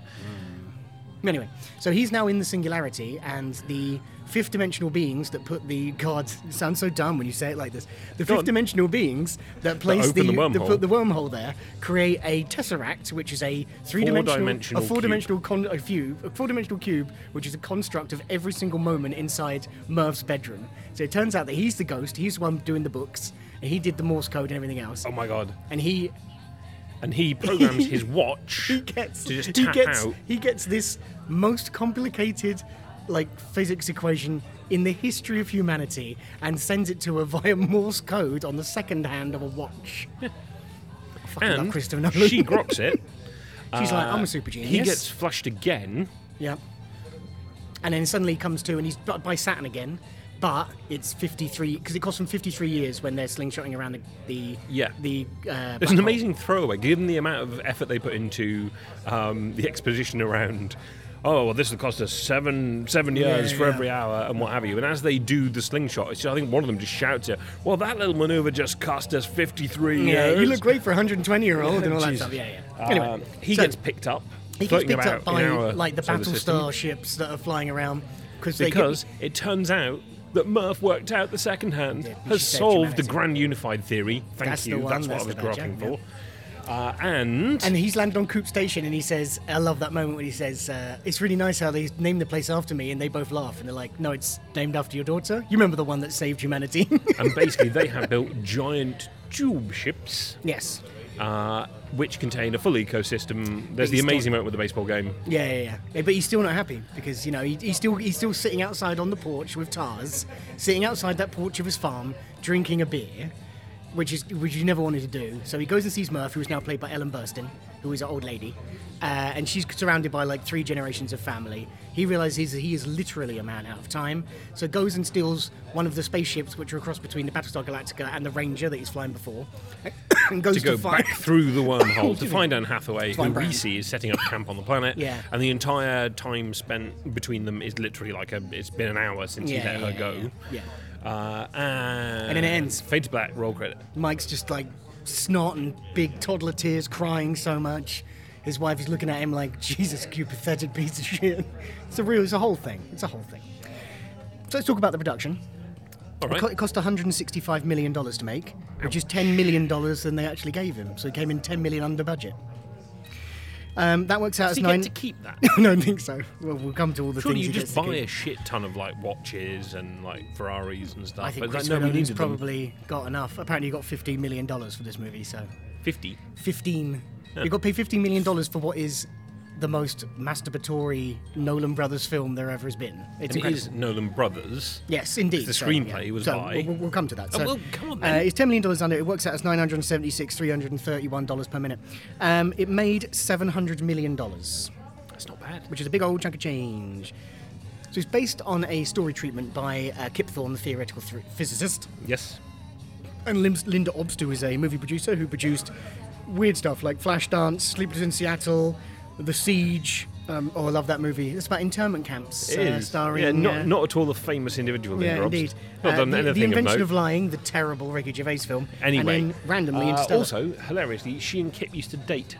[SPEAKER 2] Anyway, so he's now in the singularity, and the fifth dimensional beings that put the God it sounds so dumb when you say it like this. The fifth
[SPEAKER 1] on.
[SPEAKER 2] dimensional beings that place
[SPEAKER 1] open the
[SPEAKER 2] that
[SPEAKER 1] wormhole.
[SPEAKER 2] put the wormhole there create a tesseract, which is a three
[SPEAKER 1] Four-dimensional
[SPEAKER 2] dimensional, a
[SPEAKER 1] cube.
[SPEAKER 2] four dimensional con- a cube, a four dimensional cube, which is a construct of every single moment inside Merv's bedroom. So it turns out that he's the ghost. He's the one doing the books, and he did the Morse code and everything else.
[SPEAKER 1] Oh my god.
[SPEAKER 2] And he
[SPEAKER 1] And he programs his watch
[SPEAKER 2] he gets
[SPEAKER 1] to just
[SPEAKER 2] he
[SPEAKER 1] tap
[SPEAKER 2] gets
[SPEAKER 1] out.
[SPEAKER 2] he gets this most complicated like physics equation in the history of humanity and sends it to her via Morse code on the second hand of a watch. I fucking love
[SPEAKER 1] And
[SPEAKER 2] Christopher Nolan.
[SPEAKER 1] she groks it.
[SPEAKER 2] She's like,
[SPEAKER 1] Uh,
[SPEAKER 2] I'm a super genius.
[SPEAKER 1] He gets flushed again.
[SPEAKER 2] yeah. And then suddenly he comes to and he's bu- by Saturn again, but it's 53 because it costs them 53 years when they're slingshotting around the the
[SPEAKER 1] Yeah.
[SPEAKER 2] the. Uh,
[SPEAKER 1] It's
[SPEAKER 2] black
[SPEAKER 1] an
[SPEAKER 2] hole.
[SPEAKER 1] amazing throwaway, given the amount of effort they put into um, the exposition around. Oh well, this will cost us seven seven years
[SPEAKER 2] Yeah,
[SPEAKER 1] for
[SPEAKER 2] yeah.
[SPEAKER 1] every hour and what have you. And as they do the slingshot, it's, I think one of them just shouts it. Well, that little maneuver just cost us fifty three
[SPEAKER 2] Yeah,
[SPEAKER 1] years.
[SPEAKER 2] you look great for 120 year old and all that
[SPEAKER 1] Jesus.
[SPEAKER 2] stuff. Yeah, yeah.
[SPEAKER 1] Um,
[SPEAKER 2] Anyway,
[SPEAKER 1] he
[SPEAKER 2] so-
[SPEAKER 1] gets picked up.
[SPEAKER 2] He gets
[SPEAKER 1] floating
[SPEAKER 2] picked
[SPEAKER 1] about
[SPEAKER 2] up by
[SPEAKER 1] in our
[SPEAKER 2] like the
[SPEAKER 1] solar system.
[SPEAKER 2] Battlestar ships that are flying around because they
[SPEAKER 1] because it turns out that Murph worked out the second hand
[SPEAKER 2] Yeah, she
[SPEAKER 1] has
[SPEAKER 2] saved
[SPEAKER 1] solved the
[SPEAKER 2] humanity.
[SPEAKER 1] grand unified theory. Thank
[SPEAKER 2] That's the
[SPEAKER 1] you.
[SPEAKER 2] one,
[SPEAKER 1] that's what
[SPEAKER 2] that's
[SPEAKER 1] I was
[SPEAKER 2] the badge,
[SPEAKER 1] groping
[SPEAKER 2] yeah.
[SPEAKER 1] for. Uh, and
[SPEAKER 2] and he's landed on Coop Station and he says, "I love that moment when he says uh, it's really nice how they named the place after me," and they both laugh and they're like, "No, it's named after your daughter. You remember the one that saved humanity?"
[SPEAKER 1] and basically they have built giant tube ships
[SPEAKER 2] yes.
[SPEAKER 1] uh, which contain a full ecosystem. There's the
[SPEAKER 2] Based on-
[SPEAKER 1] amazing moment with the baseball game.
[SPEAKER 2] Yeah, yeah, yeah, yeah. But he's still not happy because you know he, he's still he's still sitting outside on the porch with Tars, sitting outside that porch of his farm, drinking a beer, which is which he never wanted to do. So he goes and sees Murph, who is now played by Ellen Burstyn, who is an old lady, uh, and she's surrounded by like three generations of family. He realizes that he is literally a man out of time, so goes and steals one of the spaceships which are across between the Battlestar Galactica and the Ranger that he's flying before, and goes
[SPEAKER 1] To
[SPEAKER 2] to,
[SPEAKER 1] go
[SPEAKER 2] fight.
[SPEAKER 1] back through the wormhole to
[SPEAKER 2] Excuse me.
[SPEAKER 1] find Anne Hathaway, who
[SPEAKER 2] find
[SPEAKER 1] we
[SPEAKER 2] Brian.
[SPEAKER 1] see is setting up camp on the planet,
[SPEAKER 2] Yeah.
[SPEAKER 1] and the entire time spent between them is literally like a. It's been an hour since he
[SPEAKER 2] Yeah,
[SPEAKER 1] let her
[SPEAKER 2] yeah,
[SPEAKER 1] go.
[SPEAKER 2] yeah, yeah.
[SPEAKER 1] Uh, and,
[SPEAKER 2] then it ends.
[SPEAKER 1] Fade to black. Roll credit.
[SPEAKER 2] Mike's just like snorting big toddler tears, crying so much. His wife is looking at him like, Jesus, you pathetic piece of shit. It's a real, it's a whole thing. It's a whole thing. So let's talk about the production.
[SPEAKER 1] All
[SPEAKER 2] It
[SPEAKER 1] right.
[SPEAKER 2] co- It cost $165 million to make, which is $10 million than they actually gave him. So he came in $10 million under budget. Um, that works out
[SPEAKER 1] Does
[SPEAKER 2] as
[SPEAKER 1] he
[SPEAKER 2] nine.
[SPEAKER 1] get to keep that?
[SPEAKER 2] I don't think so. Well, we'll come to all the
[SPEAKER 1] Surely
[SPEAKER 2] things
[SPEAKER 1] you
[SPEAKER 2] he
[SPEAKER 1] just
[SPEAKER 2] gets to
[SPEAKER 1] buy
[SPEAKER 2] keep.
[SPEAKER 1] a shit ton of like watches and like Ferraris and stuff.
[SPEAKER 2] I think
[SPEAKER 1] but like,
[SPEAKER 2] Christopher
[SPEAKER 1] nobody
[SPEAKER 2] Nolan's
[SPEAKER 1] needed them.
[SPEAKER 2] probably got enough. Apparently, he got $15 million for this movie, so.
[SPEAKER 1] fifty.
[SPEAKER 2] 15 you got paid 15 million dollars for what is the most masturbatory nolan brothers film there ever has been
[SPEAKER 1] And it
[SPEAKER 2] it's incredible
[SPEAKER 1] is Nolan Brothers.
[SPEAKER 2] Yes, indeed.
[SPEAKER 1] The
[SPEAKER 2] So,
[SPEAKER 1] screenplay
[SPEAKER 2] yeah.
[SPEAKER 1] was
[SPEAKER 2] so,
[SPEAKER 1] by-
[SPEAKER 2] We'll, we'll come to that.
[SPEAKER 1] Oh,
[SPEAKER 2] So,
[SPEAKER 1] well, come on
[SPEAKER 2] Uh,
[SPEAKER 1] then.
[SPEAKER 2] it's ten million dollars under. It works out as nine hundred seventy-six, three hundred thirty-one dollars per minute. Um, it made seven hundred million dollars,
[SPEAKER 1] That's not bad.
[SPEAKER 2] which is a big old chunk of change. So it's based on a story treatment by uh, Kip Thorne, the theoretical thr physicist.
[SPEAKER 1] Yes.
[SPEAKER 2] And Lim- Linda Obstu is a movie producer who produced weird stuff like Flashdance, Sleepless in Seattle, The Siege. Um, oh, I love that movie. It's about internment camps.
[SPEAKER 1] It
[SPEAKER 2] uh,
[SPEAKER 1] is.
[SPEAKER 2] Starring,
[SPEAKER 1] yeah, not,
[SPEAKER 2] uh,
[SPEAKER 1] not at all a famous individual.
[SPEAKER 2] yeah,
[SPEAKER 1] Linda Robst.
[SPEAKER 2] indeed.
[SPEAKER 1] Not
[SPEAKER 2] Uh,
[SPEAKER 1] done
[SPEAKER 2] the, the
[SPEAKER 1] anything
[SPEAKER 2] Invention
[SPEAKER 1] note.
[SPEAKER 2] of Lying, the terrible Ricky Gervais film.
[SPEAKER 1] Anyway,
[SPEAKER 2] And then randomly
[SPEAKER 1] uh,
[SPEAKER 2] Interstellar.
[SPEAKER 1] also hilariously, she and Kip used to date.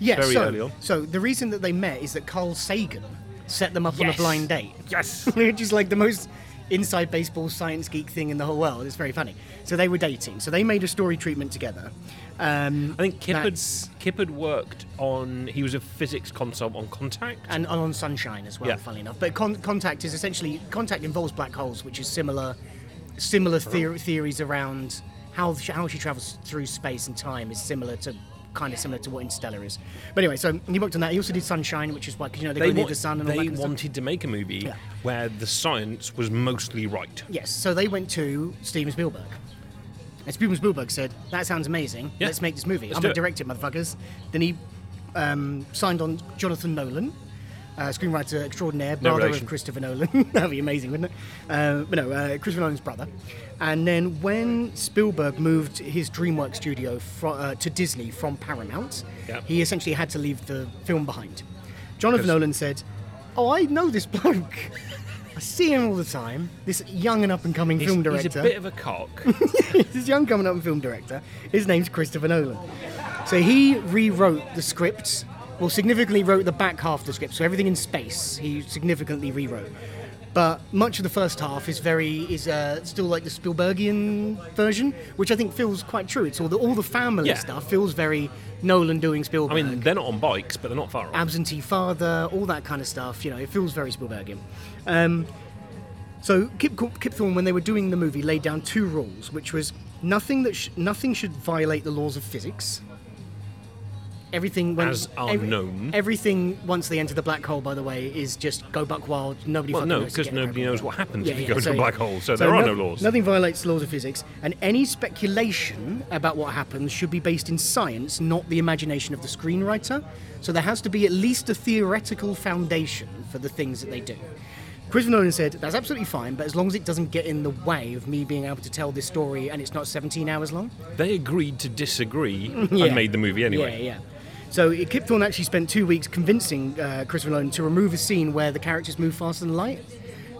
[SPEAKER 2] yeah,
[SPEAKER 1] very
[SPEAKER 2] so,
[SPEAKER 1] early on.
[SPEAKER 2] So the reason that they met is that Carl Sagan set them up on a
[SPEAKER 1] Yes.
[SPEAKER 2] blind date.
[SPEAKER 1] Yes.
[SPEAKER 2] which is like the most inside baseball science geek thing in the whole world. It's very funny. So they were dating. So they made a story treatment together. Um,
[SPEAKER 1] I think Kip had,
[SPEAKER 2] That's-
[SPEAKER 1] Kip had worked on. He was a physics consult on Contact.
[SPEAKER 2] and on Sunshine as well,
[SPEAKER 1] Yeah.
[SPEAKER 2] funnily enough. But con- contact is essentially contact involves black holes, which is similar, similar theor- theories around how she, how she travels through space and time is similar to kind of similar to what Interstellar is. But anyway, so he worked on that. He also did Sunshine, which is why 'cause, you know they, go near
[SPEAKER 1] wa-
[SPEAKER 2] the sun and all
[SPEAKER 1] they
[SPEAKER 2] that kind of stuff.
[SPEAKER 1] wanted to make a movie
[SPEAKER 2] Yeah.
[SPEAKER 1] where the science was mostly right.
[SPEAKER 2] Yes, so they went to Steven Spielberg. And Steven Spielberg said, That sounds amazing.
[SPEAKER 1] Yeah.
[SPEAKER 2] Let's make this movie.
[SPEAKER 1] Let's
[SPEAKER 2] I'm
[SPEAKER 1] do
[SPEAKER 2] going
[SPEAKER 1] it."
[SPEAKER 2] to direct it, motherfuckers. Then he um, signed on Jonathan Nolan, uh, screenwriter extraordinaire, brother
[SPEAKER 1] relation.
[SPEAKER 2] of Christopher Nolan. That'd be amazing, wouldn't it? Uh, but no, uh, Christopher Nolan's brother. And then when Spielberg moved his DreamWorks studio fro- uh, to Disney from Paramount,
[SPEAKER 1] Yeah.
[SPEAKER 2] he essentially had to leave the film behind.
[SPEAKER 1] Because-
[SPEAKER 2] Jonathan Nolan said, Oh, I know this bloke. I see him all the time. This young and up and coming
[SPEAKER 1] He's-
[SPEAKER 2] film
[SPEAKER 1] he's
[SPEAKER 2] director.
[SPEAKER 1] a bit of a cock.
[SPEAKER 2] this young coming up and film director. His name's Christopher Nolan. So he rewrote the script well, significantly wrote the back half of the script. So everything in space, he significantly rewrote. But much of the first half is very is uh, still like the Spielbergian version, which I think feels quite true. It's all the all the family
[SPEAKER 1] Yeah.
[SPEAKER 2] stuff feels very Nolan doing
[SPEAKER 1] I
[SPEAKER 2] Spielberg.
[SPEAKER 1] mean, they're not on bikes, but they're not
[SPEAKER 2] Um,
[SPEAKER 1] far off.
[SPEAKER 2] absentee father, all that kind of stuff. You know, it feels very Spielbergian. Um, so Kip, Kip Thorne, when they were doing the movie, laid down two rules, which was nothing that sh- nothing should violate the laws of physics. Everything when,
[SPEAKER 1] As are known.
[SPEAKER 2] Everything once they enter the black hole, by the way, is just go buck wild. Nobody.
[SPEAKER 1] well,
[SPEAKER 2] fucking
[SPEAKER 1] no,
[SPEAKER 2] knows to
[SPEAKER 1] because
[SPEAKER 2] get in a
[SPEAKER 1] nobody
[SPEAKER 2] black hole.
[SPEAKER 1] knows what happens
[SPEAKER 2] Yeah,
[SPEAKER 1] if you
[SPEAKER 2] yeah,
[SPEAKER 1] go into
[SPEAKER 2] so-
[SPEAKER 1] a black hole, so,
[SPEAKER 2] so
[SPEAKER 1] there are no,
[SPEAKER 2] noth-
[SPEAKER 1] laws.
[SPEAKER 2] Nothing violates the laws of physics, and any speculation about what happens should be based in science, not the imagination of the screenwriter. So there has to be at least a theoretical foundation for the things that they do. Christopher Nolan said, That's absolutely fine, but as long as it doesn't get in the way of me being able to tell this story and it's not 17 hours long.
[SPEAKER 1] They agreed to disagree
[SPEAKER 2] Yeah.
[SPEAKER 1] and made the movie anyway.
[SPEAKER 2] Yeah, yeah. So it- Kip Thorne actually spent two weeks convincing uh, Christopher Nolan to remove a scene where the characters move faster than light,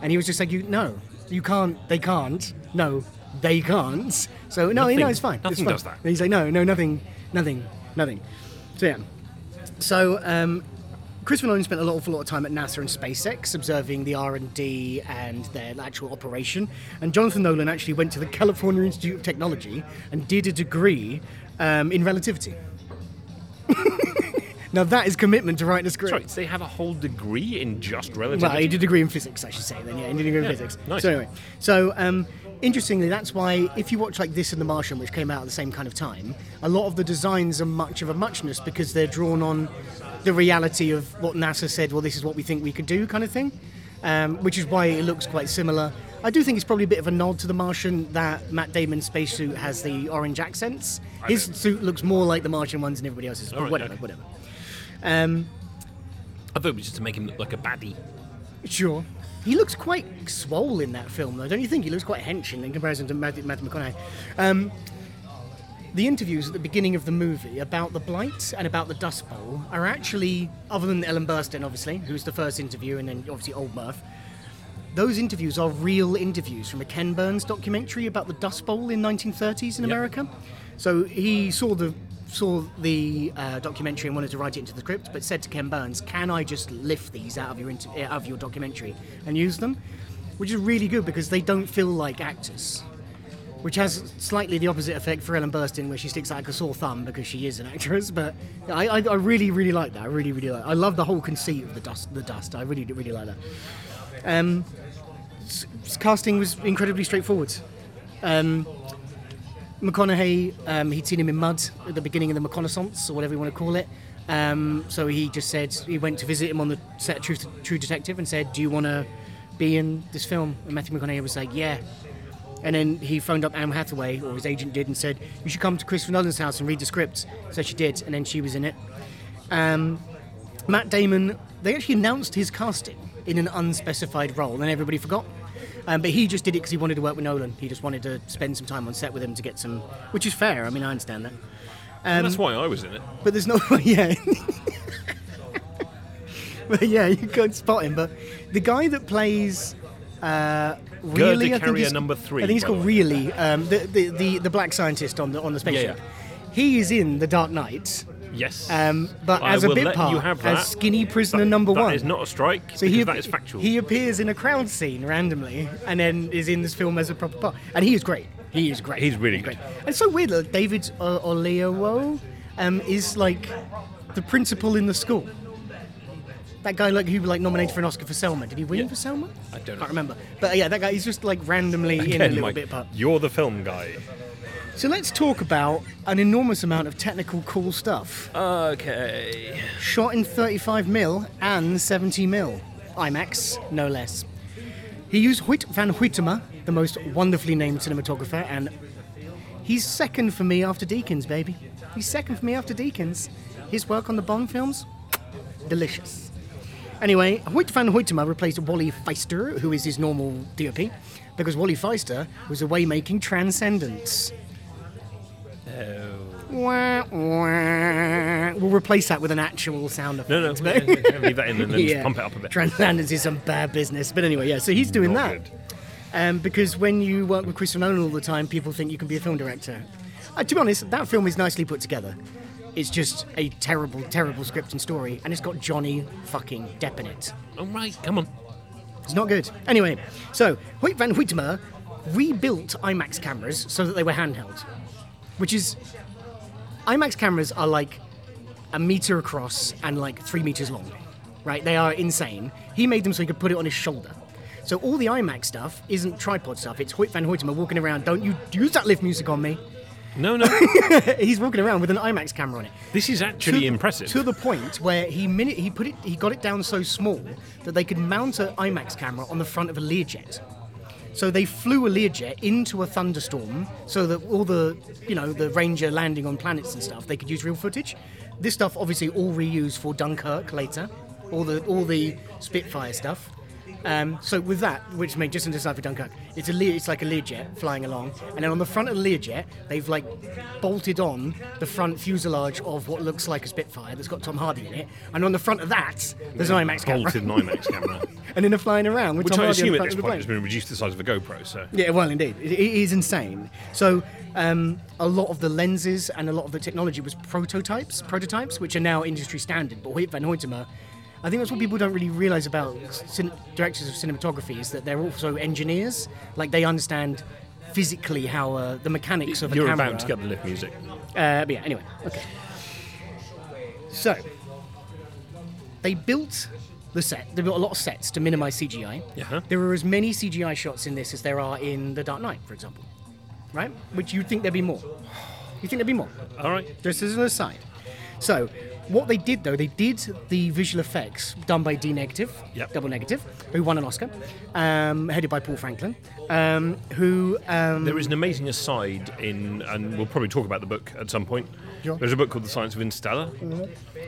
[SPEAKER 2] and he was just like, "You no, you can't. They can't. No, they can't." So no,
[SPEAKER 1] Nothing-
[SPEAKER 2] no, it's fine. it's
[SPEAKER 1] nothing
[SPEAKER 2] fine.
[SPEAKER 1] does that.
[SPEAKER 2] And he's like, "No, no, nothing, nothing, nothing." So yeah. So um, Christopher Nolan spent an awful lot of time at NASA and SpaceX observing the R&D and their actual operation. And Jonathan Nolan actually went to the California Institute of Technology and did a degree um, in relativity. now that is commitment to writing a script.
[SPEAKER 1] That's right. They have a whole degree in just relativity.
[SPEAKER 2] Well, he did a degree in physics, I should say. Then, yeah, he did a degree in physics.
[SPEAKER 1] nice.
[SPEAKER 2] So anyway, so um, interestingly, that's why if you watch like this and The Martian, which came out at the same kind of time, a lot of the designs are much of a muchness because they're drawn on the reality of what NASA said. Well, this is what we think we could do, kind of thing, um, which is why it looks quite similar. I do think it's probably a bit of a nod to The Martian that Matt Damon's spacesuit has the orange accents. His
[SPEAKER 1] don't-
[SPEAKER 2] suit looks more like the Martian ones than everybody else's. But
[SPEAKER 1] All right,
[SPEAKER 2] whatever,
[SPEAKER 1] okay.
[SPEAKER 2] whatever. Um,
[SPEAKER 1] I thought it was just to make him look like a baddie.
[SPEAKER 2] Sure. He looks quite swole in that film, though, don't you think? He looks quite henching in comparison to Matthew Matthew McConaughey. Um, the interviews at the beginning of the movie about the blight and about the Dust Bowl are actually, other than Ellen Burstyn, obviously, who's the first interview, and then obviously Old Murph, those interviews are real interviews from a Ken Burns documentary about the Dust Bowl in 1930s in
[SPEAKER 1] Yep.
[SPEAKER 2] America. So he saw the saw the uh, documentary and wanted to write it into the script, but said to Ken Burns, "Can I just lift these out of your inter- out of your documentary and use them?" Which is really good because they don't feel like actors. Which has slightly the opposite effect for Ellen Burstyn, where she sticks out like a sore thumb because she is an actress. But I, I, I really, really like that. I really, really like. I love the whole conceit of the dust. The dust. I really, really like that Um, casting was incredibly straightforward. Um, McConaughey, um, he'd seen him in Mud at the beginning of the McConaissance, or whatever you want to call it. Um, so he just said, he went to visit him on the set of True, True Detective and said, Do you want to be in this film? And Matthew McConaughey was like, Yeah. And then he phoned up Anne Hathaway, or his agent did, and said, You should come to Christopher Nolan's house and read the script. So she did, and then she was in it. Um, Matt Damon, they actually announced his casting in an unspecified role, and everybody forgot. Um, but he just did it because he wanted to work with Nolan. He just wanted to spend some time on set with him to get some, which is fair. I mean, I understand that. Um,
[SPEAKER 1] And that's why I was in it.
[SPEAKER 2] But there's no, yeah. but yeah, you can't spot him. But the guy that plays. Uh, really, I think
[SPEAKER 1] Carrier
[SPEAKER 2] he's-
[SPEAKER 1] number three,
[SPEAKER 2] I think he's
[SPEAKER 1] by
[SPEAKER 2] called
[SPEAKER 1] the way.
[SPEAKER 2] Really, um, the, the, the the black scientist on the on the spaceship. He is in the Dark Knight,
[SPEAKER 1] Yes.
[SPEAKER 2] um, but
[SPEAKER 1] I
[SPEAKER 2] as a
[SPEAKER 1] will
[SPEAKER 2] bit
[SPEAKER 1] let
[SPEAKER 2] part,
[SPEAKER 1] you have that.
[SPEAKER 2] as skinny prisoner
[SPEAKER 1] That-
[SPEAKER 2] number one.
[SPEAKER 1] That is not a strike. So
[SPEAKER 2] he
[SPEAKER 1] that
[SPEAKER 2] ap-
[SPEAKER 1] is factual.
[SPEAKER 2] He appears in a crowd scene randomly, and then is in this film as a proper part. And he is great. He is great.
[SPEAKER 1] He's really
[SPEAKER 2] great.
[SPEAKER 1] good.
[SPEAKER 2] And it's so weird that David uh, Oleowo um, is like the principal in the school. That guy, like who like nominated for an Oscar for Selma. Did he win
[SPEAKER 1] Yeah.
[SPEAKER 2] for Selma?
[SPEAKER 1] I don't know.
[SPEAKER 2] Can't remember. But uh, yeah, that guy. He's just like randomly in a
[SPEAKER 1] Again,
[SPEAKER 2] little
[SPEAKER 1] Mike,
[SPEAKER 2] bit part.
[SPEAKER 1] You're the film guy.
[SPEAKER 2] So let's talk about an enormous amount of technical cool stuff.
[SPEAKER 1] Okay.
[SPEAKER 2] shot in 35 mil and 70 mil IMAX, no less. He used Huit van Huytema, the most wonderfully named cinematographer, and he's second for me after Deakins, baby. He's second for me after Deakins. His work on the Bond films, delicious. Anyway, Huit van Huytema replaced Wally Feister, who is his normal DOP, because Wally Feister was away making Transcendence.
[SPEAKER 1] Oh.
[SPEAKER 2] Wah, wah. We'll replace that with an actual sound effect.
[SPEAKER 1] No, no. yeah, yeah, leave that in and then just pump it up a bit.
[SPEAKER 2] Transcendence is some bad business. But anyway, yeah, so he's doing
[SPEAKER 1] Not
[SPEAKER 2] that.
[SPEAKER 1] good.
[SPEAKER 2] Um, because when you work with Christopher Nolan all the time, people think you can be a film director. Uh, to be honest, that film is nicely put together. It's just a terrible, terrible script and story, and it's got Johnny fucking Depp in it.
[SPEAKER 1] All right, come on.
[SPEAKER 2] It's not good. Anyway, so Hoyt van Huytema rebuilt IMAX cameras so that they were handheld, which is IMAX cameras are like a meter across and like three meters long, right? They are insane. He made them so he could put it on his shoulder. So all the IMAX stuff isn't tripod stuff. It's Hoyt van Huytema walking around. Don't you use that lift music on me?
[SPEAKER 1] No, no.
[SPEAKER 2] He's walking around with an IMAX camera on it
[SPEAKER 1] this is actually
[SPEAKER 2] to-
[SPEAKER 1] impressive.
[SPEAKER 2] To the point where he mini- he put it he got it down so small that they could mount an IMAX camera on the front of a Learjet. So they flew a Learjet into a thunderstorm so that all the you know the Ranger landing on planets and stuff they could use real footage. This stuff obviously all reused for Dunkirk later, all the all the Spitfire stuff. Um, so with that, which made just in time for Dunkirk, it's a Lear, it's like a Learjet flying along, and then on the front of the Learjet, they've like bolted on the front fuselage of what looks like a Spitfire that's got Tom Hardy in it, and on the front of that, there's an IMAX camera,
[SPEAKER 1] Bolted an IMAX camera,
[SPEAKER 2] and then they're flying around with
[SPEAKER 1] which
[SPEAKER 2] Tom
[SPEAKER 1] I
[SPEAKER 2] Hardy in
[SPEAKER 1] assume
[SPEAKER 2] the
[SPEAKER 1] at
[SPEAKER 2] front
[SPEAKER 1] this
[SPEAKER 2] of the
[SPEAKER 1] point has
[SPEAKER 2] plane.
[SPEAKER 1] been reduced to the size of a GoPro. So
[SPEAKER 2] Yeah, well, indeed, it, it is insane. So, um, a lot of the lenses and a lot of the technology was prototypes, prototypes which are now industry standard. But Hoyt van Hoytema, I think that's what people don't really realize about cin- directors of cinematography is that they're also engineers. Like they understand physically how uh, the mechanics of a
[SPEAKER 1] you're
[SPEAKER 2] camera.
[SPEAKER 1] about to get the lift music.
[SPEAKER 2] Uh, but yeah, anyway, okay. So, they built the set. They built a lot of sets to minimize CGI.
[SPEAKER 1] Yeah.
[SPEAKER 2] There are as many CGI shots in this as there are in The Dark Knight, for example. Right? Which you'd think there'd be more. You think there'd be more.
[SPEAKER 1] All right.
[SPEAKER 2] Just as an aside. So, what they did though, they did the visual effects done by D Negative,
[SPEAKER 1] Yep.
[SPEAKER 2] Double Negative, who won an Oscar, um, headed by Paul Franklin, um, who um,
[SPEAKER 1] There is an amazing aside in, and we'll probably talk about the book at some point.
[SPEAKER 2] Sure. Mm-hmm.
[SPEAKER 1] There's a book called The Science of Interstellar,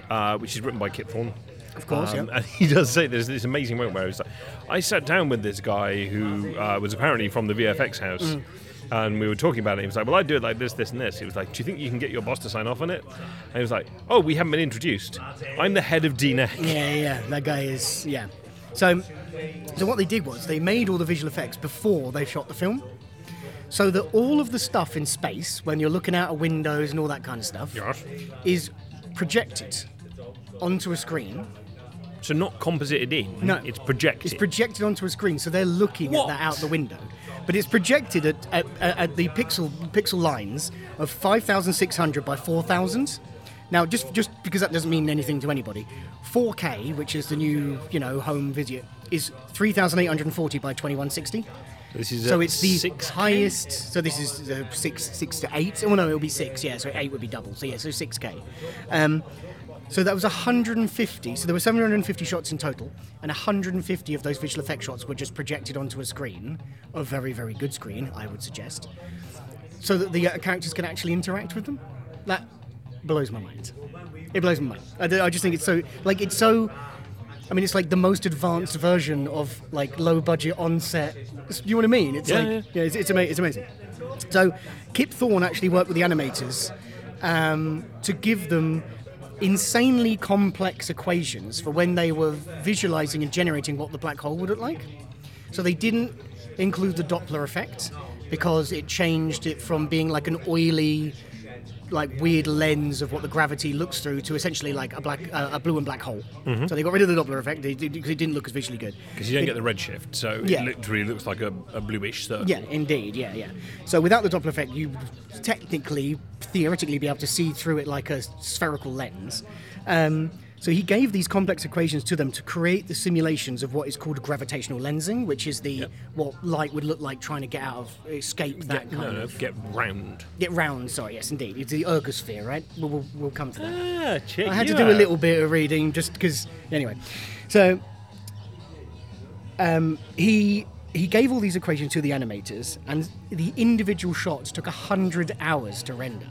[SPEAKER 1] uh, which is written by Kit Thorne. Um,
[SPEAKER 2] Of course, yeah.
[SPEAKER 1] And he does say there's this amazing moment where he's like, I sat down with this guy who uh, was apparently from the VFX house.
[SPEAKER 2] Mm.
[SPEAKER 1] And we were talking about it. He was like, "Well, I do it like this, this, and this." He was like, "Do you think you can get your boss to sign off on it?" And he was like, "Oh, we haven't been introduced. I'm the head of DNEC."
[SPEAKER 2] Yeah, yeah, that guy is yeah. So, so what they did was they made all the visual effects before they shot the film, so that all of the stuff in space, when you're looking out of windows and all that kind of stuff,
[SPEAKER 1] Yes.
[SPEAKER 2] is projected onto a screen.
[SPEAKER 1] So not composited in.
[SPEAKER 2] No.
[SPEAKER 1] it's projected.
[SPEAKER 2] It's projected onto a screen, so they're looking
[SPEAKER 1] What?
[SPEAKER 2] at that out the window. But it's projected at, at, at at the pixel pixel lines of 5,600 by 4,000. Now, just just because that doesn't mean anything to anybody, 4K, which is the new you know home video, is 3,840 by 2160.
[SPEAKER 1] this is
[SPEAKER 2] So
[SPEAKER 1] at
[SPEAKER 2] it's the
[SPEAKER 1] six.
[SPEAKER 2] highest. So this is uh, six, six to eight. Oh no, it'll be six. Yeah, so eight would be double. So yeah, so six k. Um, so that was 150. So there were 750 shots in total, and 150 of those visual effect shots were just projected onto a screen, a very, very good screen, I would suggest, so that the uh, characters can actually interact with them. That blows my mind. It blows my mind. I, d- I just think it's so like it's so. I mean, it's like the most advanced version of like low budget onset. You know what I mean? It's
[SPEAKER 1] Yeah,
[SPEAKER 2] like
[SPEAKER 1] yeah.
[SPEAKER 2] yeah, it's, it's, ama- it's amazing. So Kip Thorne actually worked with the animators um, to give them insanely complex equations for when they were visualizing and generating what the black hole would look like. So they didn't include the Doppler effect because it changed it from being like an oily, like weird lens of what the gravity looks through to essentially like a black, uh, a blue and black hole. So they got rid of the Doppler effect because it didn't look as visually good.
[SPEAKER 1] Because you don't get the redshift, so
[SPEAKER 2] Yeah.
[SPEAKER 1] it literally looks like a, a bluish circle.
[SPEAKER 2] Yeah, indeed. Yeah, yeah. So without the Doppler effect, you would technically, theoretically, be able to see through it like a spherical lens. Um, so he gave these complex equations to them to create the simulations of what is called gravitational lensing, which is the what light would look like trying to get out of escape that
[SPEAKER 1] Get,
[SPEAKER 2] kind
[SPEAKER 1] no, no,
[SPEAKER 2] of
[SPEAKER 1] get round.
[SPEAKER 2] get round. Sorry, yes, indeed. It's the ergosphere, right? We'll, we'll, we'll come to that.
[SPEAKER 1] Ah, check
[SPEAKER 2] I had to
[SPEAKER 1] you
[SPEAKER 2] do a
[SPEAKER 1] out.
[SPEAKER 2] little bit of reading just because. Anyway, so um, he he gave all these equations to the animators, and the individual shots took hundred hours to render,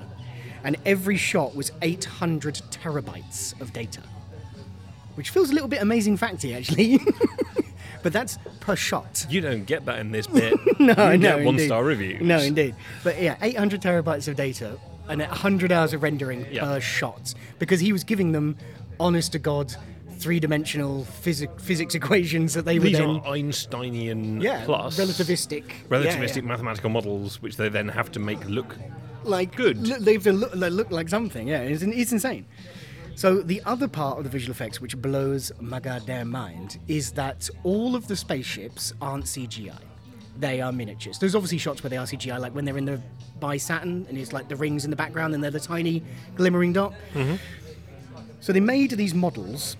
[SPEAKER 2] and every shot was eight hundred terabytes of data, which feels a little bit amazing facty actually. But that's per shot.
[SPEAKER 1] You don't get that in this bit.
[SPEAKER 2] No,
[SPEAKER 1] you
[SPEAKER 2] Oh, no,
[SPEAKER 1] get one
[SPEAKER 2] indeed.
[SPEAKER 1] star reviews.
[SPEAKER 2] No, indeed. But yeah, 800 terabytes of data and 100 hours of rendering
[SPEAKER 1] Yeah.
[SPEAKER 2] per shot because he was giving them honest to god three-dimensional physic- physics equations that they were
[SPEAKER 1] These
[SPEAKER 2] then
[SPEAKER 1] are Einsteinian
[SPEAKER 2] yeah
[SPEAKER 1] plus
[SPEAKER 2] relativistic yeah,
[SPEAKER 1] relativistic
[SPEAKER 2] yeah.
[SPEAKER 1] mathematical models, which they then have to make look
[SPEAKER 2] like
[SPEAKER 1] Good.
[SPEAKER 2] Look, they've look, they look like something. Yeah, it's, it's insane. So the other part of the visual effects, which blows my goddamn mind, is that all of the spaceships aren't CGI. They are miniatures. There's obviously shots where they are CGI, like when they're in the by Saturn and it's like the rings in the background and they're the tiny glimmering dot. So they made these models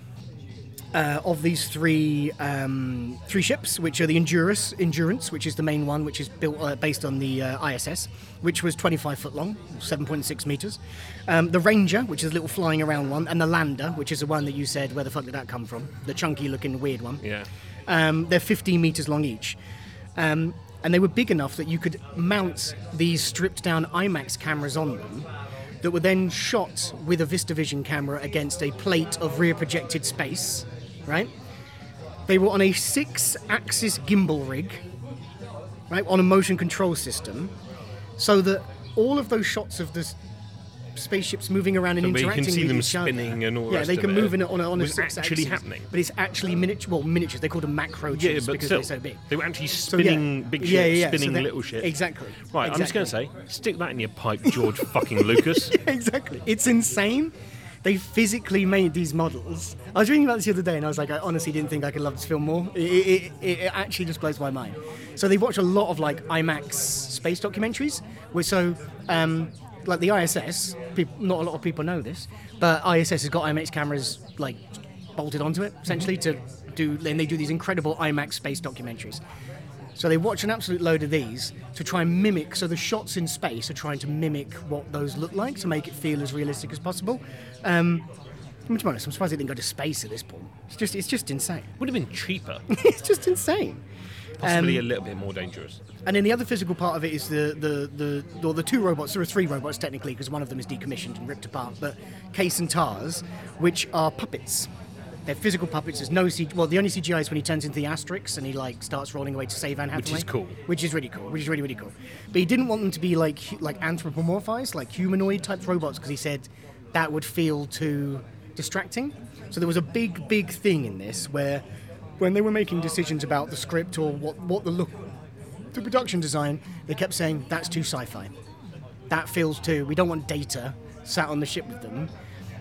[SPEAKER 2] uh, of these three um, three ships, which are the Endurance, Endurance, which is the main one, which is built uh, based on the uh, ISS, which was 25 foot long, 7.6 meters. Um, the Ranger, which is a little flying around one, and the Lander, which is the one that you said, where the fuck did that come from? The chunky looking weird one.
[SPEAKER 1] Yeah.
[SPEAKER 2] Um, they're 15 meters long each. Um, and they were big enough that you could mount these stripped down IMAX cameras on them that were then shot with a VistaVision camera against a plate of rear projected space, right? They were on a six axis gimbal rig, right, on a motion control system, so that all of those shots of the s- spaceships moving around and
[SPEAKER 1] So that you can
[SPEAKER 2] interacting
[SPEAKER 1] see
[SPEAKER 2] with
[SPEAKER 1] them
[SPEAKER 2] each other-
[SPEAKER 1] spinning and all the
[SPEAKER 2] yeah,
[SPEAKER 1] rest
[SPEAKER 2] they
[SPEAKER 1] of
[SPEAKER 2] can
[SPEAKER 1] it
[SPEAKER 2] move in a, on a, on a
[SPEAKER 1] was
[SPEAKER 2] six
[SPEAKER 1] actually
[SPEAKER 2] axis,
[SPEAKER 1] happening.
[SPEAKER 2] but it's actually miniature. Well, miniatures. They called them macro
[SPEAKER 1] Yeah,
[SPEAKER 2] chips
[SPEAKER 1] but
[SPEAKER 2] because
[SPEAKER 1] still,
[SPEAKER 2] they're so big.
[SPEAKER 1] they were actually
[SPEAKER 2] So, yeah.
[SPEAKER 1] spinning big shit,
[SPEAKER 2] Yeah, yeah, yeah. So
[SPEAKER 1] spinning
[SPEAKER 2] they're-
[SPEAKER 1] little shit.
[SPEAKER 2] Exactly.
[SPEAKER 1] Right, I'm just going to
[SPEAKER 2] exactly.
[SPEAKER 1] say, stick that in your pipe, George fucking Lucas.
[SPEAKER 2] exactly. It's insane. They physically made these models. I was reading about this the other day, and I was like, I honestly didn't think I could love this film more. It, it, it, it actually just blows my mind. So they watch a lot of like IMAX space documentaries. Where so, um, like the ISS, peop not a lot of people know this, but ISS has got IMAX cameras like bolted onto it essentially to do. Then they do these incredible IMAX space documentaries. So they watch an absolute load of these to try and mimic. So the shots in space are trying to mimic what those look like to make it feel as realistic as possible. Um, I mean, to be honest, I'm surprised it didn't go to space at this point. It's just, it's just insane.
[SPEAKER 1] Would have been cheaper,
[SPEAKER 2] it's just insane.
[SPEAKER 1] possibly
[SPEAKER 2] Um,
[SPEAKER 1] a little bit more dangerous.
[SPEAKER 2] And then the other physical part of it is the the the or the two robots. There are three robots technically because one of them is decommissioned and ripped apart. But Case and Tars, which are puppets, they're physical puppets. There's no CG. Well, the only CGI is when he turns into the Asterix and he like starts rolling away to save Anne Hathaway,
[SPEAKER 1] is cool.
[SPEAKER 2] Which is really cool. Which is really really cool. But he didn't want them to be like hu- like anthropomorphized, like humanoid type robots, because he said that would feel too distracting. So there was a big big thing in this where when they were making decisions about the script or what what the look the production design, they kept saying that's too sci-fi. That feels too. We don't want data sat on the ship with them.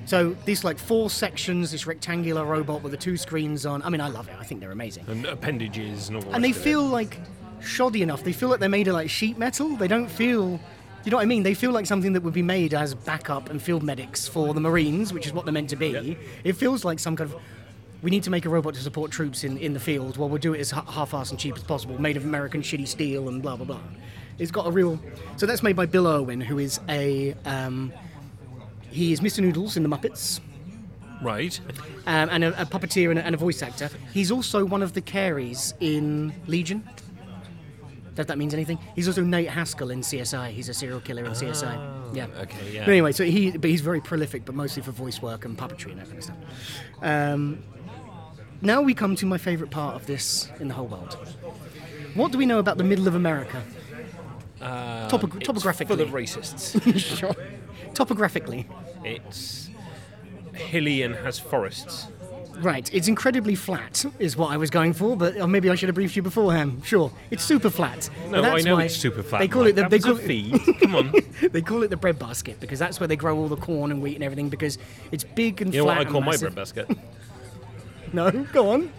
[SPEAKER 2] So these like four sections, this rectangular robot with the two screens on. I mean, I love it. I think they're amazing.
[SPEAKER 1] And appendages and all the
[SPEAKER 2] And they
[SPEAKER 1] rest of it.
[SPEAKER 2] feel like shoddy enough. They feel like they're made of like sheet metal. They don't feel. You know what I mean? They feel like something that would be made as backup and field medics for the Marines, which is what they're meant to be. It feels like some kind of. We need to make a robot to support troops in, in the field. Well, we'll do it as ha- half-assed and cheap as possible, made of American shitty steel and blah blah blah. It's got a real. So that's made by Bill Irwin, who is a. Um, he is Mr. Noodles in the Muppets
[SPEAKER 1] Right.
[SPEAKER 2] um, and a, a puppeteer and a, and a voice actor. He's also one of the Careys in Legion. If that means anything. He's also Nate Haskell in CSI. He's a serial killer in CSI. Yeah.
[SPEAKER 1] Oh, okay, yeah.
[SPEAKER 2] But anyway, so he but he's very prolific, but mostly for voice work and puppetry and that kind of stuff. Um, now we come to my favourite part of this in the whole world. What do we know about the middle of America? Uh, Topo- topographically.
[SPEAKER 1] Full of racists.
[SPEAKER 2] Sure. Topographically.
[SPEAKER 1] it's hilly and has forests.
[SPEAKER 2] Right, it's incredibly flat, is what I was going for, but or maybe I should have briefed you beforehand. Sure, it's super flat.
[SPEAKER 1] No,
[SPEAKER 2] But
[SPEAKER 1] I
[SPEAKER 2] that's
[SPEAKER 1] know
[SPEAKER 2] why
[SPEAKER 1] it's super flat.
[SPEAKER 2] They call
[SPEAKER 1] Mike.
[SPEAKER 2] it the
[SPEAKER 1] That
[SPEAKER 2] they
[SPEAKER 1] was
[SPEAKER 2] call
[SPEAKER 1] a
[SPEAKER 2] it,
[SPEAKER 1] feed. Come on.
[SPEAKER 2] they call it the bread basket because that's where they grow all the corn and wheat and everything because it's big and
[SPEAKER 1] You know
[SPEAKER 2] flat.
[SPEAKER 1] what I
[SPEAKER 2] and
[SPEAKER 1] call my
[SPEAKER 2] massive.
[SPEAKER 1] bread basket?
[SPEAKER 2] No, go on,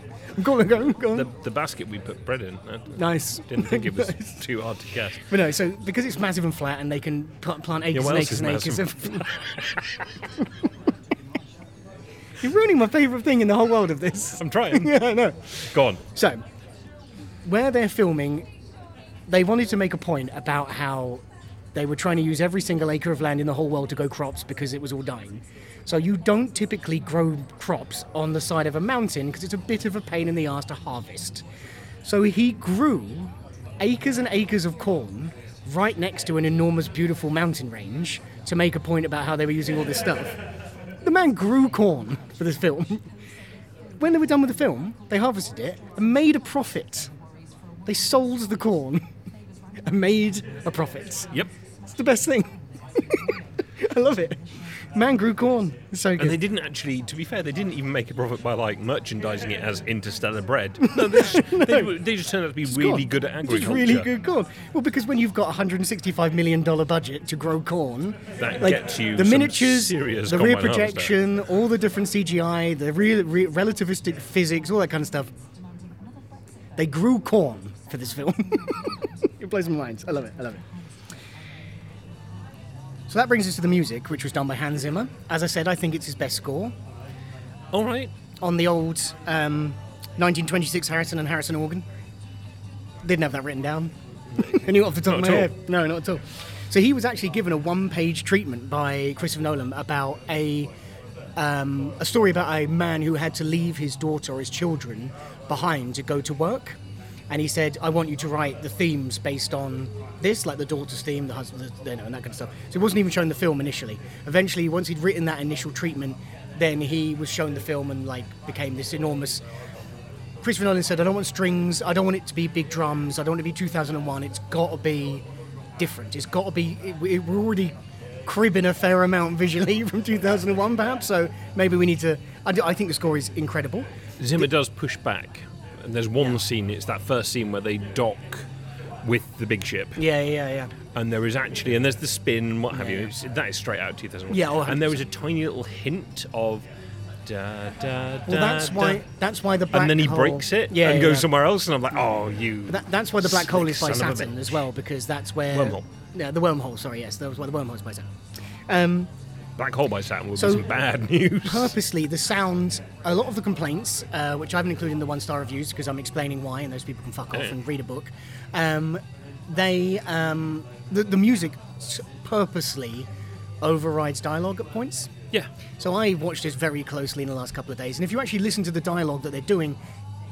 [SPEAKER 2] go on, go on. Go on.
[SPEAKER 1] The, the basket we put bread in. I
[SPEAKER 2] nice.
[SPEAKER 1] didn't think it was
[SPEAKER 2] Nice.
[SPEAKER 1] too hard to guess.
[SPEAKER 2] But no, so because it's massive and flat, and they can pl- plant acres
[SPEAKER 1] what
[SPEAKER 2] and
[SPEAKER 1] else
[SPEAKER 2] acres
[SPEAKER 1] is
[SPEAKER 2] and acres of. You're ruining my favourite thing in the whole world of this.
[SPEAKER 1] I'm trying.
[SPEAKER 2] yeah, I know.
[SPEAKER 1] Go on.
[SPEAKER 2] So, where they're filming, they wanted to make a point about how they were trying to use every single acre of land in the whole world to go crops because it was all dying. So, you don't typically grow crops on the side of a mountain because it's a bit of a pain in the ass to harvest. So, he grew acres and acres of corn right next to an enormous, beautiful mountain range to make a point about how they were using all this stuff. The man grew corn for this film when they were done with the film, they harvested it and made a profit. They sold the corn and made a profit.
[SPEAKER 1] Yep.
[SPEAKER 2] It's the best thing. I love it. Man grew corn. It's so
[SPEAKER 1] And they
[SPEAKER 2] good.
[SPEAKER 1] didn't actually, to be fair, they didn't even make a profit by like merchandising it as interstellar bread. No, they just, they, were- they just turned out to be really
[SPEAKER 2] Corn.
[SPEAKER 1] good at
[SPEAKER 2] It's
[SPEAKER 1] agriculture.
[SPEAKER 2] really good corn. Well, because when you've got a 165 million dollar budget to grow corn,
[SPEAKER 1] That gets you
[SPEAKER 2] the
[SPEAKER 1] some
[SPEAKER 2] miniatures,
[SPEAKER 1] serious
[SPEAKER 2] the rear
[SPEAKER 1] combine harvester.
[SPEAKER 2] projection, all the different CGI, the real, real relativistic physics, all that kind of stuff. They grew corn for this film. it blows my mind. I love it. I love it. So that brings us to the music, which was done by Hans Zimmer. As I said, I think it's his best score
[SPEAKER 1] All right.
[SPEAKER 2] on the old um, 1926 Harrison and Harrison organ. Didn't have that written down. I knew it off the top
[SPEAKER 1] Not
[SPEAKER 2] of my
[SPEAKER 1] at all.
[SPEAKER 2] head. No, not at all. So he was actually given a one-page treatment by Christopher Nolan about a um, a story about a man who had to leave his daughter or his children behind to go to work, and he said, "I want you to write the themes based on this, like the daughter's theme, the husband, the, you know, and that kind of stuff." So he wasn't even shown the film initially. Eventually, once he'd written that initial treatment, then he was shown the film and like became this enormous Christopher Nolan said, I don't want strings, I don't want it to be big drums, I don't want it to be 2001, it's got to be different. It's got to be, it, it- we're already cribbing a fair amount visually from 2001 perhaps, so maybe we need to, I, do- I think the score is incredible.
[SPEAKER 1] Zimmer does push back, and there's one scene. It's that first scene where they dock with the big ship,
[SPEAKER 2] Yeah, yeah, yeah.
[SPEAKER 1] and there is actually, and there's the spin, and what have you. It's- That is straight out of 2001.
[SPEAKER 2] Yeah, oh,
[SPEAKER 1] and there is a tiny little hint of. Da, da, da,
[SPEAKER 2] Well, that's
[SPEAKER 1] da.
[SPEAKER 2] why, that's why the black
[SPEAKER 1] And then he
[SPEAKER 2] hole-
[SPEAKER 1] breaks it
[SPEAKER 2] yeah,
[SPEAKER 1] and goes
[SPEAKER 2] yeah.
[SPEAKER 1] somewhere else, and I'm like, oh, you.
[SPEAKER 2] That, that's why the black hole
[SPEAKER 1] slick
[SPEAKER 2] is by
[SPEAKER 1] son of a
[SPEAKER 2] Saturn
[SPEAKER 1] bitch.
[SPEAKER 2] as well, because that's where...
[SPEAKER 1] Wormhole.
[SPEAKER 2] Yeah, the wormhole, sorry, yes, that was why the wormhole is by Saturn.
[SPEAKER 1] Black hole by Saturn would
[SPEAKER 2] So-
[SPEAKER 1] be some bad news.
[SPEAKER 2] purposely the sound a lot of the complaints uh, which i haven't included in the one star reviews because i'm explaining why and those people can fuck off
[SPEAKER 1] Yeah.
[SPEAKER 2] and read a book um, they um, the, the music s- purposely overrides dialogue at points
[SPEAKER 1] Yeah.
[SPEAKER 2] so I watched this very closely in the last couple of days, and if you actually listen to the dialogue that they're doing,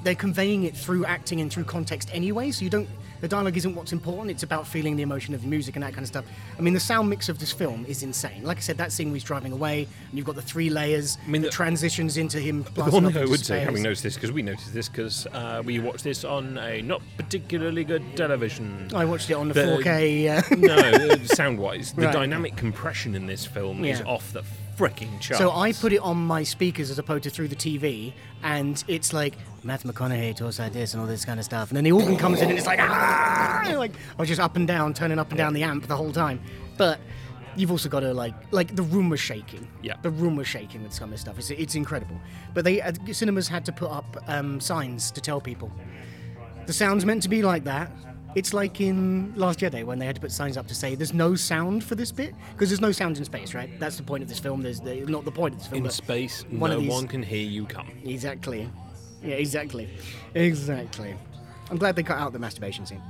[SPEAKER 2] they're conveying it through acting and through context anyway. So you don't the dialogue isn't what's important. It's about feeling the emotion of the music and that kind of stuff. I mean, the sound mix of this film is insane. Like I said, that scene where he's driving away, and you've got the three layers. I mean,
[SPEAKER 1] mean,
[SPEAKER 2] the,
[SPEAKER 1] the-
[SPEAKER 2] transitions into him.
[SPEAKER 1] The
[SPEAKER 2] blasting
[SPEAKER 1] one
[SPEAKER 2] off
[SPEAKER 1] thing I
[SPEAKER 2] into
[SPEAKER 1] would say,
[SPEAKER 2] space.
[SPEAKER 1] having noticed this, because we noticed this, because uh, we watched this on a not particularly good television.
[SPEAKER 2] I watched it on the,
[SPEAKER 1] The-
[SPEAKER 2] 4K. Uh,
[SPEAKER 1] no, sound wise, the
[SPEAKER 2] Right.
[SPEAKER 1] dynamic compression in this film is
[SPEAKER 2] Yeah.
[SPEAKER 1] off the freaking chart.
[SPEAKER 2] So I put it on my speakers as opposed to through the TV, and it's like Matthew McConaughey talks like this and all this kind of stuff, and then the organ comes in and it's like, "Ah!" like I was just up and down, turning up and down the amp the whole time. But you've also got to like, like the room was shaking.
[SPEAKER 1] Yeah.
[SPEAKER 2] The room was shaking with some of this stuff. It's, it's incredible. But they uh, cinemas had to put up um, signs to tell people the sound's meant to be like that. It's like in Last Jedi when they had to put signs up to say there's no sound for this bit because there's no sound in space, right? That's the point of this film. There's the, not the point of this film.
[SPEAKER 1] in
[SPEAKER 2] but
[SPEAKER 1] space,
[SPEAKER 2] one
[SPEAKER 1] no
[SPEAKER 2] of these-
[SPEAKER 1] one can hear you come. Uh,
[SPEAKER 2] Exactly. Yeah, exactly. Exactly. I'm glad they cut out the masturbation scene.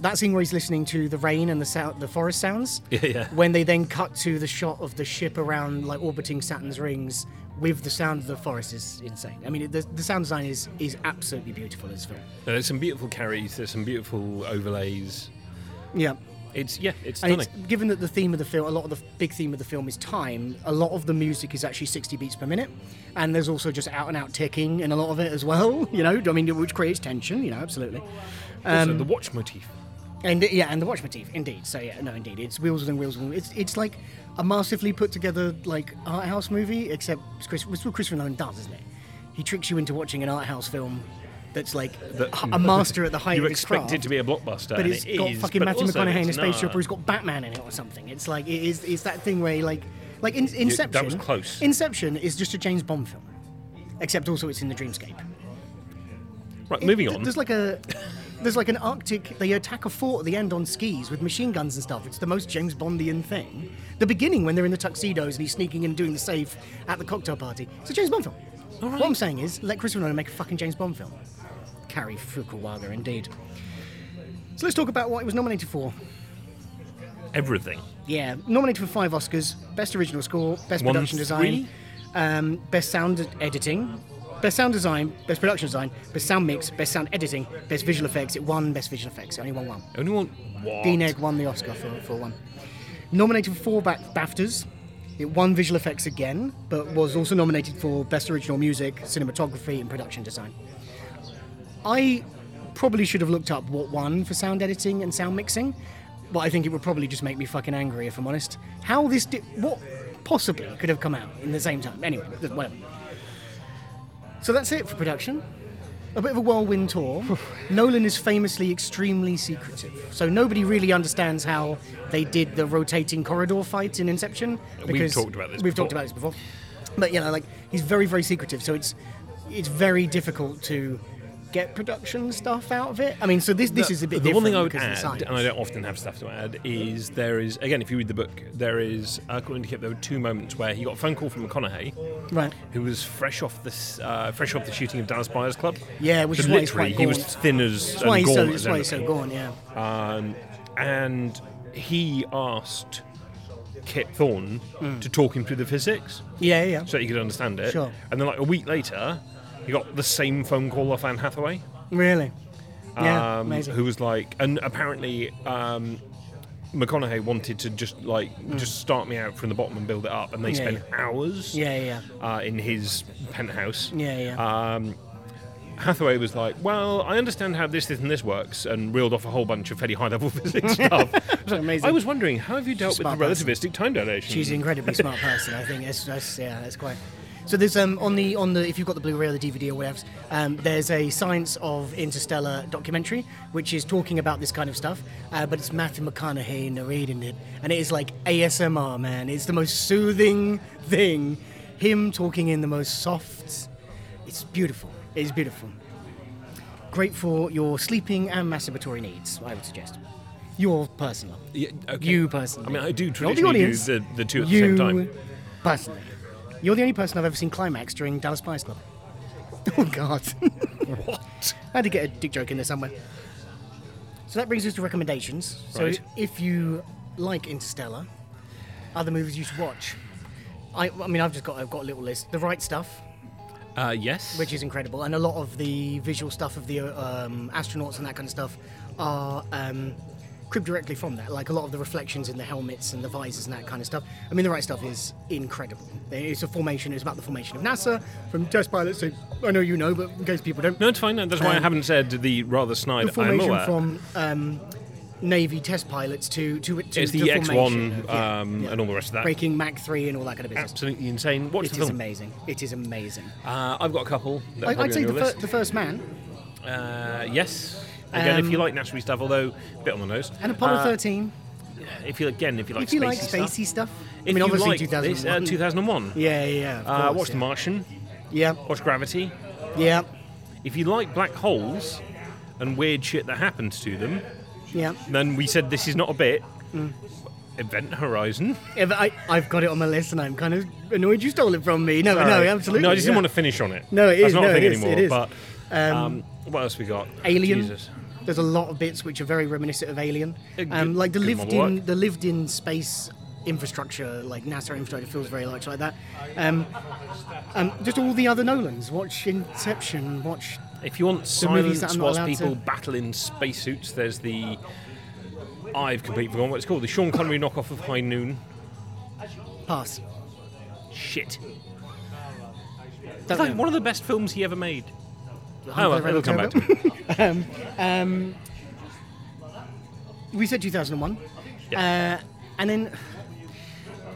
[SPEAKER 2] That scene where he's listening to the rain and the sound, the forest sounds.
[SPEAKER 1] Yeah, yeah.
[SPEAKER 2] When they then cut to the shot of the ship around, like orbiting Saturn's rings, with the sound of the forest is insane. I mean, it, the, the sound design is is absolutely beautiful. in This film.
[SPEAKER 1] Now, there's some beautiful carries. There's some beautiful overlays.
[SPEAKER 2] Yeah.
[SPEAKER 1] It's yeah, it's
[SPEAKER 2] And
[SPEAKER 1] stunning.
[SPEAKER 2] it's, given that the theme of the film, a lot of the f- big theme of the film is time, a lot of the music is actually 60 beats per minute. And there's also just out and out ticking in a lot of it as well, you know, I mean, which creates tension, you know, absolutely.
[SPEAKER 1] also,
[SPEAKER 2] um,
[SPEAKER 1] the watch motif.
[SPEAKER 2] And uh, yeah, and the watch motif, indeed. So yeah, no, indeed. It's wheels within wheels. Within, it's, it's like a masterfully put together, like, art house movie, except it's Chris, it's what Christopher Nolan does, isn't it? He tricks you into watching an art house film that's like a master at the height
[SPEAKER 1] You
[SPEAKER 2] of his
[SPEAKER 1] expect
[SPEAKER 2] craft
[SPEAKER 1] it to be a blockbuster,
[SPEAKER 2] but
[SPEAKER 1] and
[SPEAKER 2] it's
[SPEAKER 1] it
[SPEAKER 2] got
[SPEAKER 1] is,
[SPEAKER 2] fucking
[SPEAKER 1] but
[SPEAKER 2] Matthew
[SPEAKER 1] also
[SPEAKER 2] McConaughey in a
[SPEAKER 1] it's
[SPEAKER 2] spaceship,
[SPEAKER 1] not.
[SPEAKER 2] or it's got Batman in it or something. It's like it is it's that thing where you, like like in, Inception.
[SPEAKER 1] that was close.
[SPEAKER 2] Inception is just a James Bond film, except also it's in the dreamscape.
[SPEAKER 1] Right, moving
[SPEAKER 2] Th-
[SPEAKER 1] on.
[SPEAKER 2] There's like a there's like an Arctic. They attack a fort at the end on skis with machine guns and stuff. It's the most James Bondian thing. The beginning when they're in the tuxedos and he's sneaking in and doing the safe at the cocktail party. It's a James Bond film. What I'm saying is, let Christopher Nolan make a fucking James Bond film. Carrie Fukuwaga, indeed. So let's talk about what it was nominated for.
[SPEAKER 1] Everything.
[SPEAKER 2] Yeah, nominated for five Oscars: Best Original Score, Best
[SPEAKER 1] Won
[SPEAKER 2] Production Design, um, Best Sound Editing, Best Sound Design, Best Production Design, Best Sound Mix, Best Sound Editing, Best Visual Effects. It won Best Visual Effects. It only won one.
[SPEAKER 1] Only one. What?
[SPEAKER 2] Dean Egg won the Oscar for, for one. Nominated for four ba- BAFTAs. It won Visual Effects again, but was also nominated for Best Original Music, Cinematography, and Production Design. I probably should have looked up what won for sound editing and sound mixing, but I think it would probably just make me fucking angry if I'm honest. How this did. What possibly could have come out in the same time. Anyway, whatever. So that's it for production. A bit of a whirlwind tour. Nolan is famously extremely secretive, so nobody really understands how they did the rotating corridor fight in Inception.
[SPEAKER 1] talked about this
[SPEAKER 2] We've talked
[SPEAKER 1] before.
[SPEAKER 2] about this before, but you know, like he's very, very secretive, so it's it's very difficult to get production stuff out of it. I mean, so this this
[SPEAKER 1] The-
[SPEAKER 2] is a bit
[SPEAKER 1] the one
[SPEAKER 2] different
[SPEAKER 1] thing I would
[SPEAKER 2] because of the
[SPEAKER 1] add,
[SPEAKER 2] science.
[SPEAKER 1] and I don't often have stuff to add, is there is again if you read the book, there is according to Kip, there were two moments where he got a phone call from McConaughey,
[SPEAKER 2] right.
[SPEAKER 1] who was fresh off the s- uh, fresh off the shooting of Dallas Buyers Club.
[SPEAKER 2] Yeah, which
[SPEAKER 1] So
[SPEAKER 2] is why he's
[SPEAKER 1] literally
[SPEAKER 2] quite
[SPEAKER 1] he was
[SPEAKER 2] gaunt.
[SPEAKER 1] thin as
[SPEAKER 2] That's why
[SPEAKER 1] and
[SPEAKER 2] he's so
[SPEAKER 1] gaunt
[SPEAKER 2] that's
[SPEAKER 1] as
[SPEAKER 2] why he's
[SPEAKER 1] anything.
[SPEAKER 2] so gone. Yeah.
[SPEAKER 1] Um, and he asked Kip Thorne to talk him through the physics
[SPEAKER 2] Yeah. Yeah.
[SPEAKER 1] so that he could understand it.
[SPEAKER 2] Mm. Sure.
[SPEAKER 1] And then like a week later, he got the same phone call off Anne Hathaway,
[SPEAKER 2] Really. Yeah.
[SPEAKER 1] um,
[SPEAKER 2] amazing.
[SPEAKER 1] who was like, and apparently. Um, McConaughey wanted to just like just start me out from the bottom and build it up, and they
[SPEAKER 2] Mm. Yeah,
[SPEAKER 1] spent hours
[SPEAKER 2] yeah. Yeah.
[SPEAKER 1] uh, in his penthouse.
[SPEAKER 2] Yeah. Yeah.
[SPEAKER 1] Um, Hathaway was like, "Well, I understand how this, this, and this works," and reeled off a whole bunch of fairly high-level physics stuff. So
[SPEAKER 2] Amazing.
[SPEAKER 1] I was wondering, how have you dealt
[SPEAKER 2] She's a
[SPEAKER 1] with the
[SPEAKER 2] smart person.
[SPEAKER 1] relativistic time dilation?
[SPEAKER 2] She's an incredibly smart person. I think that's, that's yeah, that's quite. So there's um on the on the if you've got the Blu-ray or the DVD or whatever, um, there's a Science of Interstellar documentary which is talking about this kind of stuff, uh, but it's Matthew McConaughey narrating it, and it is like ASMR, man. It's the most soothing thing. Him talking in the most soft. It's beautiful. It's beautiful. Great for your sleeping and masturbatory needs, I would suggest. Your personal.
[SPEAKER 1] Yeah, okay.
[SPEAKER 2] You personally.
[SPEAKER 1] I mean, I do
[SPEAKER 2] Not the
[SPEAKER 1] traditionally do
[SPEAKER 2] audience.
[SPEAKER 1] the, the two at the same
[SPEAKER 2] you
[SPEAKER 1] time.
[SPEAKER 2] Personally. You're the only person I've ever seen climax during Dallas Buyers Club. Oh, God.
[SPEAKER 1] What?
[SPEAKER 2] I had to get a dick joke in there somewhere. So that brings us to recommendations. So
[SPEAKER 1] Right.
[SPEAKER 2] if you like Interstellar, other movies you should watch. I, I mean, I've just got I've got a little list. The Right Stuff,
[SPEAKER 1] Uh, yes.
[SPEAKER 2] which is incredible, and a lot of the visual stuff of the um, astronauts and that kind of stuff are um, cribbed directly from that. Like a lot of the reflections in the helmets and the visors and that kind of stuff. I mean, the right stuff is incredible. It's a formation. It's about the formation of NASA from test pilots. So I know you know, but in case people don't,
[SPEAKER 1] no, it's fine. That's why I
[SPEAKER 2] Um,
[SPEAKER 1] haven't said the rather
[SPEAKER 2] the
[SPEAKER 1] snide. I'm
[SPEAKER 2] formation
[SPEAKER 1] aware.
[SPEAKER 2] from um, Navy test pilots to to, to
[SPEAKER 1] it's the,
[SPEAKER 2] the formation
[SPEAKER 1] X1
[SPEAKER 2] of- yeah,
[SPEAKER 1] um,
[SPEAKER 2] yeah.
[SPEAKER 1] and all the rest of that.
[SPEAKER 2] breaking Mach three and all that kind of business.
[SPEAKER 1] Absolutely insane. Watch
[SPEAKER 2] It
[SPEAKER 1] the
[SPEAKER 2] is
[SPEAKER 1] film.
[SPEAKER 2] amazing. It is amazing.
[SPEAKER 1] Uh, I've got a couple. that are
[SPEAKER 2] I,
[SPEAKER 1] probably
[SPEAKER 2] I'd say
[SPEAKER 1] on
[SPEAKER 2] the,
[SPEAKER 1] your
[SPEAKER 2] fir-
[SPEAKER 1] list.
[SPEAKER 2] the first man
[SPEAKER 1] Uh, yes. Again, if
[SPEAKER 2] Um,
[SPEAKER 1] you like naturally stuff, although a bit on the nose.
[SPEAKER 2] and Apollo
[SPEAKER 1] Uh,
[SPEAKER 2] thirteen.
[SPEAKER 1] If you again, if you like
[SPEAKER 2] if you
[SPEAKER 1] spacey
[SPEAKER 2] like
[SPEAKER 1] stuff.
[SPEAKER 2] spacey stuff,
[SPEAKER 1] If
[SPEAKER 2] I mean,
[SPEAKER 1] you
[SPEAKER 2] obviously
[SPEAKER 1] like
[SPEAKER 2] 2001.
[SPEAKER 1] this, uh, 2001.
[SPEAKER 2] yeah, yeah, yeah. of
[SPEAKER 1] Uh,
[SPEAKER 2] course,
[SPEAKER 1] watch
[SPEAKER 2] yeah.
[SPEAKER 1] The Martian.
[SPEAKER 2] Yeah,
[SPEAKER 1] Watch Gravity.
[SPEAKER 2] yeah,
[SPEAKER 1] If you like black holes and weird shit that happens to them,
[SPEAKER 2] yeah.
[SPEAKER 1] then we said this is not a bit.
[SPEAKER 2] Mm.
[SPEAKER 1] Event Horizon.
[SPEAKER 2] Yeah, but I, I've got it on my list, and I'm kind of annoyed you stole it from me. No, no,
[SPEAKER 1] Sorry.
[SPEAKER 2] absolutely.
[SPEAKER 1] No, I just
[SPEAKER 2] yeah.
[SPEAKER 1] didn't want to finish on it.
[SPEAKER 2] No, it
[SPEAKER 1] That's
[SPEAKER 2] is,
[SPEAKER 1] not
[SPEAKER 2] no,
[SPEAKER 1] a thing
[SPEAKER 2] it is,
[SPEAKER 1] anymore.
[SPEAKER 2] it is.
[SPEAKER 1] But um, what else we got?
[SPEAKER 2] Alien.
[SPEAKER 1] Jesus.
[SPEAKER 2] There's a lot of bits which are very reminiscent of Alien,
[SPEAKER 1] A good-
[SPEAKER 2] um, like the
[SPEAKER 1] good model
[SPEAKER 2] lived-in
[SPEAKER 1] work.
[SPEAKER 2] the lived-in space infrastructure, like NASA infrastructure, feels very much like that. Um, um, just all the other Nolans. Watch Inception. Watch
[SPEAKER 1] If you want
[SPEAKER 2] movies
[SPEAKER 1] silence
[SPEAKER 2] that I'm not
[SPEAKER 1] whilst
[SPEAKER 2] allowed
[SPEAKER 1] people
[SPEAKER 2] to-
[SPEAKER 1] battle in spacesuits, there's the. I've completely forgotten what it's called. The Sean Connery knockoff of High Noon.
[SPEAKER 2] Pass.
[SPEAKER 1] Shit.
[SPEAKER 2] Don't
[SPEAKER 1] It's like
[SPEAKER 2] know.
[SPEAKER 1] one of the best films he ever made.
[SPEAKER 2] Hunt
[SPEAKER 1] Oh, well,
[SPEAKER 2] for the
[SPEAKER 1] it'll
[SPEAKER 2] Red
[SPEAKER 1] come back to
[SPEAKER 2] October.
[SPEAKER 1] me.
[SPEAKER 2] we said 2001 uh, and then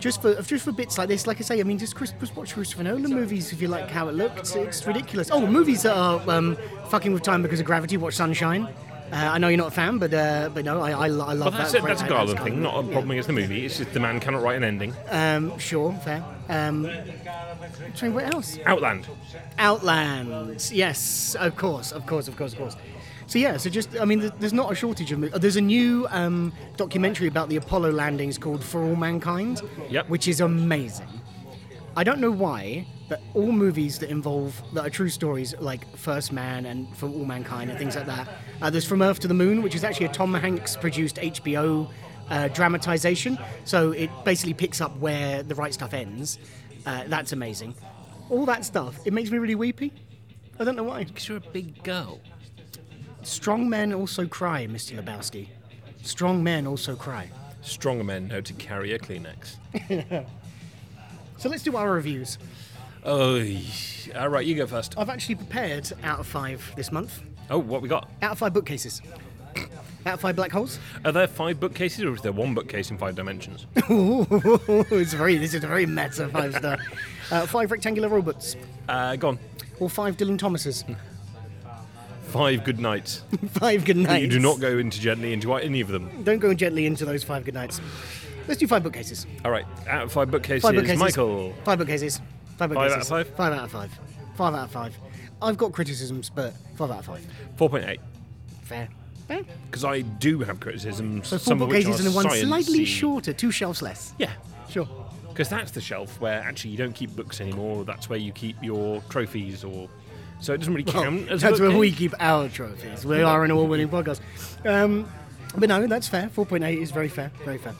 [SPEAKER 2] just for just for bits like this like i say i mean just Chris, just watch christopher nolan movies if you like how it looked it's ridiculous oh movies that are um, fucking with time because of gravity watch sunshine uh, i know you're not a fan but uh, but no i, I, lo- I
[SPEAKER 1] But
[SPEAKER 2] love
[SPEAKER 1] that's,
[SPEAKER 2] that
[SPEAKER 1] a, that's a Garland thing, not a problem against the movie. It's just the man cannot write an ending.
[SPEAKER 2] um, sure fair um, sorry, what else
[SPEAKER 1] Outland.
[SPEAKER 2] Outland. Yes, of course, of course, of course, of course. So yeah, so just I mean, th- there's not a shortage of. mo- There's a new um, documentary about the Apollo landings called "For All Mankind,"
[SPEAKER 1] Yep.
[SPEAKER 2] which is amazing. I don't know why, but all movies that involve that are true stories, like First Man and For All Mankind and things like that. Uh, there's From Earth to the Moon, which is actually a Tom Hanks produced HBO uh, dramatization. So it basically picks up where the right stuff ends. Uh, that's amazing. All that stuff, it makes me really weepy. I don't know why.
[SPEAKER 1] Because you're a big girl.
[SPEAKER 2] Strong men also cry, Mr. Lebowski. Strong men also cry.
[SPEAKER 1] Stronger men know to carry a Kleenex.
[SPEAKER 2] So let's do our reviews.
[SPEAKER 1] Oh, y- all right, you go first.
[SPEAKER 2] I've actually prepared out of five this month.
[SPEAKER 1] Oh, what we got?
[SPEAKER 2] out of five bookcases. Out of five black holes?
[SPEAKER 1] Are there five bookcases, or is there one bookcase in five dimensions?
[SPEAKER 2] it's very. This is a very meta five star. Uh, five rectangular robots,
[SPEAKER 1] Uh, go on.
[SPEAKER 2] or five Dylan Thomases,
[SPEAKER 1] Five good nights.
[SPEAKER 2] five good nights.
[SPEAKER 1] You do not go into gently into any of them.
[SPEAKER 2] Don't go gently into those five good nights. Let's do five bookcases.
[SPEAKER 1] All right. Out of five bookcases,
[SPEAKER 2] Five bookcases.
[SPEAKER 1] Michael.
[SPEAKER 2] Five bookcases. Five
[SPEAKER 1] out
[SPEAKER 2] bookcases.
[SPEAKER 1] of five?
[SPEAKER 2] Five out of five. Five out of five. I've got criticisms, but five out of five.
[SPEAKER 1] Four point eight.
[SPEAKER 2] Fair. Fair.
[SPEAKER 1] Because I do have criticisms.
[SPEAKER 2] So four
[SPEAKER 1] some of which
[SPEAKER 2] bookcases
[SPEAKER 1] are
[SPEAKER 2] and then one slightly
[SPEAKER 1] sciencey.
[SPEAKER 2] shorter, two shelves less.
[SPEAKER 1] Yeah.
[SPEAKER 2] Sure.
[SPEAKER 1] Because that's the shelf where actually you don't keep books anymore. That's where you keep your trophies, or so it doesn't really count. as a
[SPEAKER 2] Oh, that's where we
[SPEAKER 1] bookcase.
[SPEAKER 2] keep our trophies. We are an all-winning podcast. Um, but no, that's fair. Four point eight is very fair. Very fair.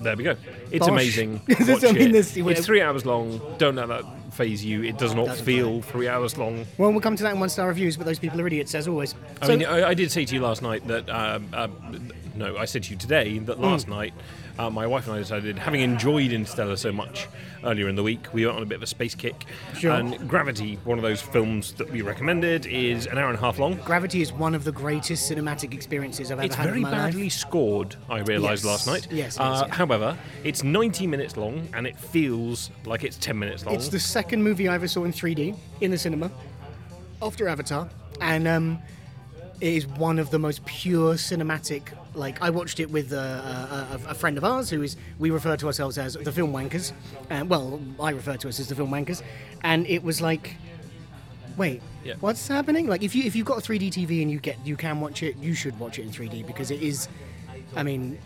[SPEAKER 1] There we go. It's
[SPEAKER 2] Bosh.
[SPEAKER 1] amazing.
[SPEAKER 2] That's
[SPEAKER 1] Watch
[SPEAKER 2] what I mean,
[SPEAKER 1] it.
[SPEAKER 2] this-
[SPEAKER 1] It's three hours long. Don't let that phase you. It does not
[SPEAKER 2] Doesn't
[SPEAKER 1] feel three hours long.
[SPEAKER 2] Well, we'll come to that in one-star reviews, but those people are idiots, as always.
[SPEAKER 1] I
[SPEAKER 2] So-
[SPEAKER 1] mean, uh, I, I did say to you last night that. Um, uh, no, I said to you today
[SPEAKER 2] Hmm.
[SPEAKER 1] that last night, uh, my wife and I decided, having enjoyed Interstellar so much earlier in the week, we went on a bit of a space kick.
[SPEAKER 2] Sure.
[SPEAKER 1] And Gravity, one of those films that we recommended, is an hour and a half long.
[SPEAKER 2] Gravity is one of the greatest cinematic experiences I've ever
[SPEAKER 1] It's
[SPEAKER 2] had
[SPEAKER 1] very
[SPEAKER 2] in my
[SPEAKER 1] badly
[SPEAKER 2] life.
[SPEAKER 1] scored, I realised last
[SPEAKER 2] Yes.
[SPEAKER 1] night.
[SPEAKER 2] Yes, it
[SPEAKER 1] Uh,
[SPEAKER 2] is, yeah.
[SPEAKER 1] However, it's 90 minutes long and it feels like it's 10 minutes long.
[SPEAKER 2] It's the second movie I ever saw in 3D in the cinema after Avatar, and um, it is one of the most pure cinematic. Like I watched it with a, a, a- a friend of ours who is we refer to ourselves as the film wankers. Uh, well, I refer to us as the film wankers, and it was like. Wait,
[SPEAKER 1] Yeah.
[SPEAKER 2] what's happening? Like, if you if you've got a 3D TV and you get you can watch it, you should watch it in 3D because it is, I mean,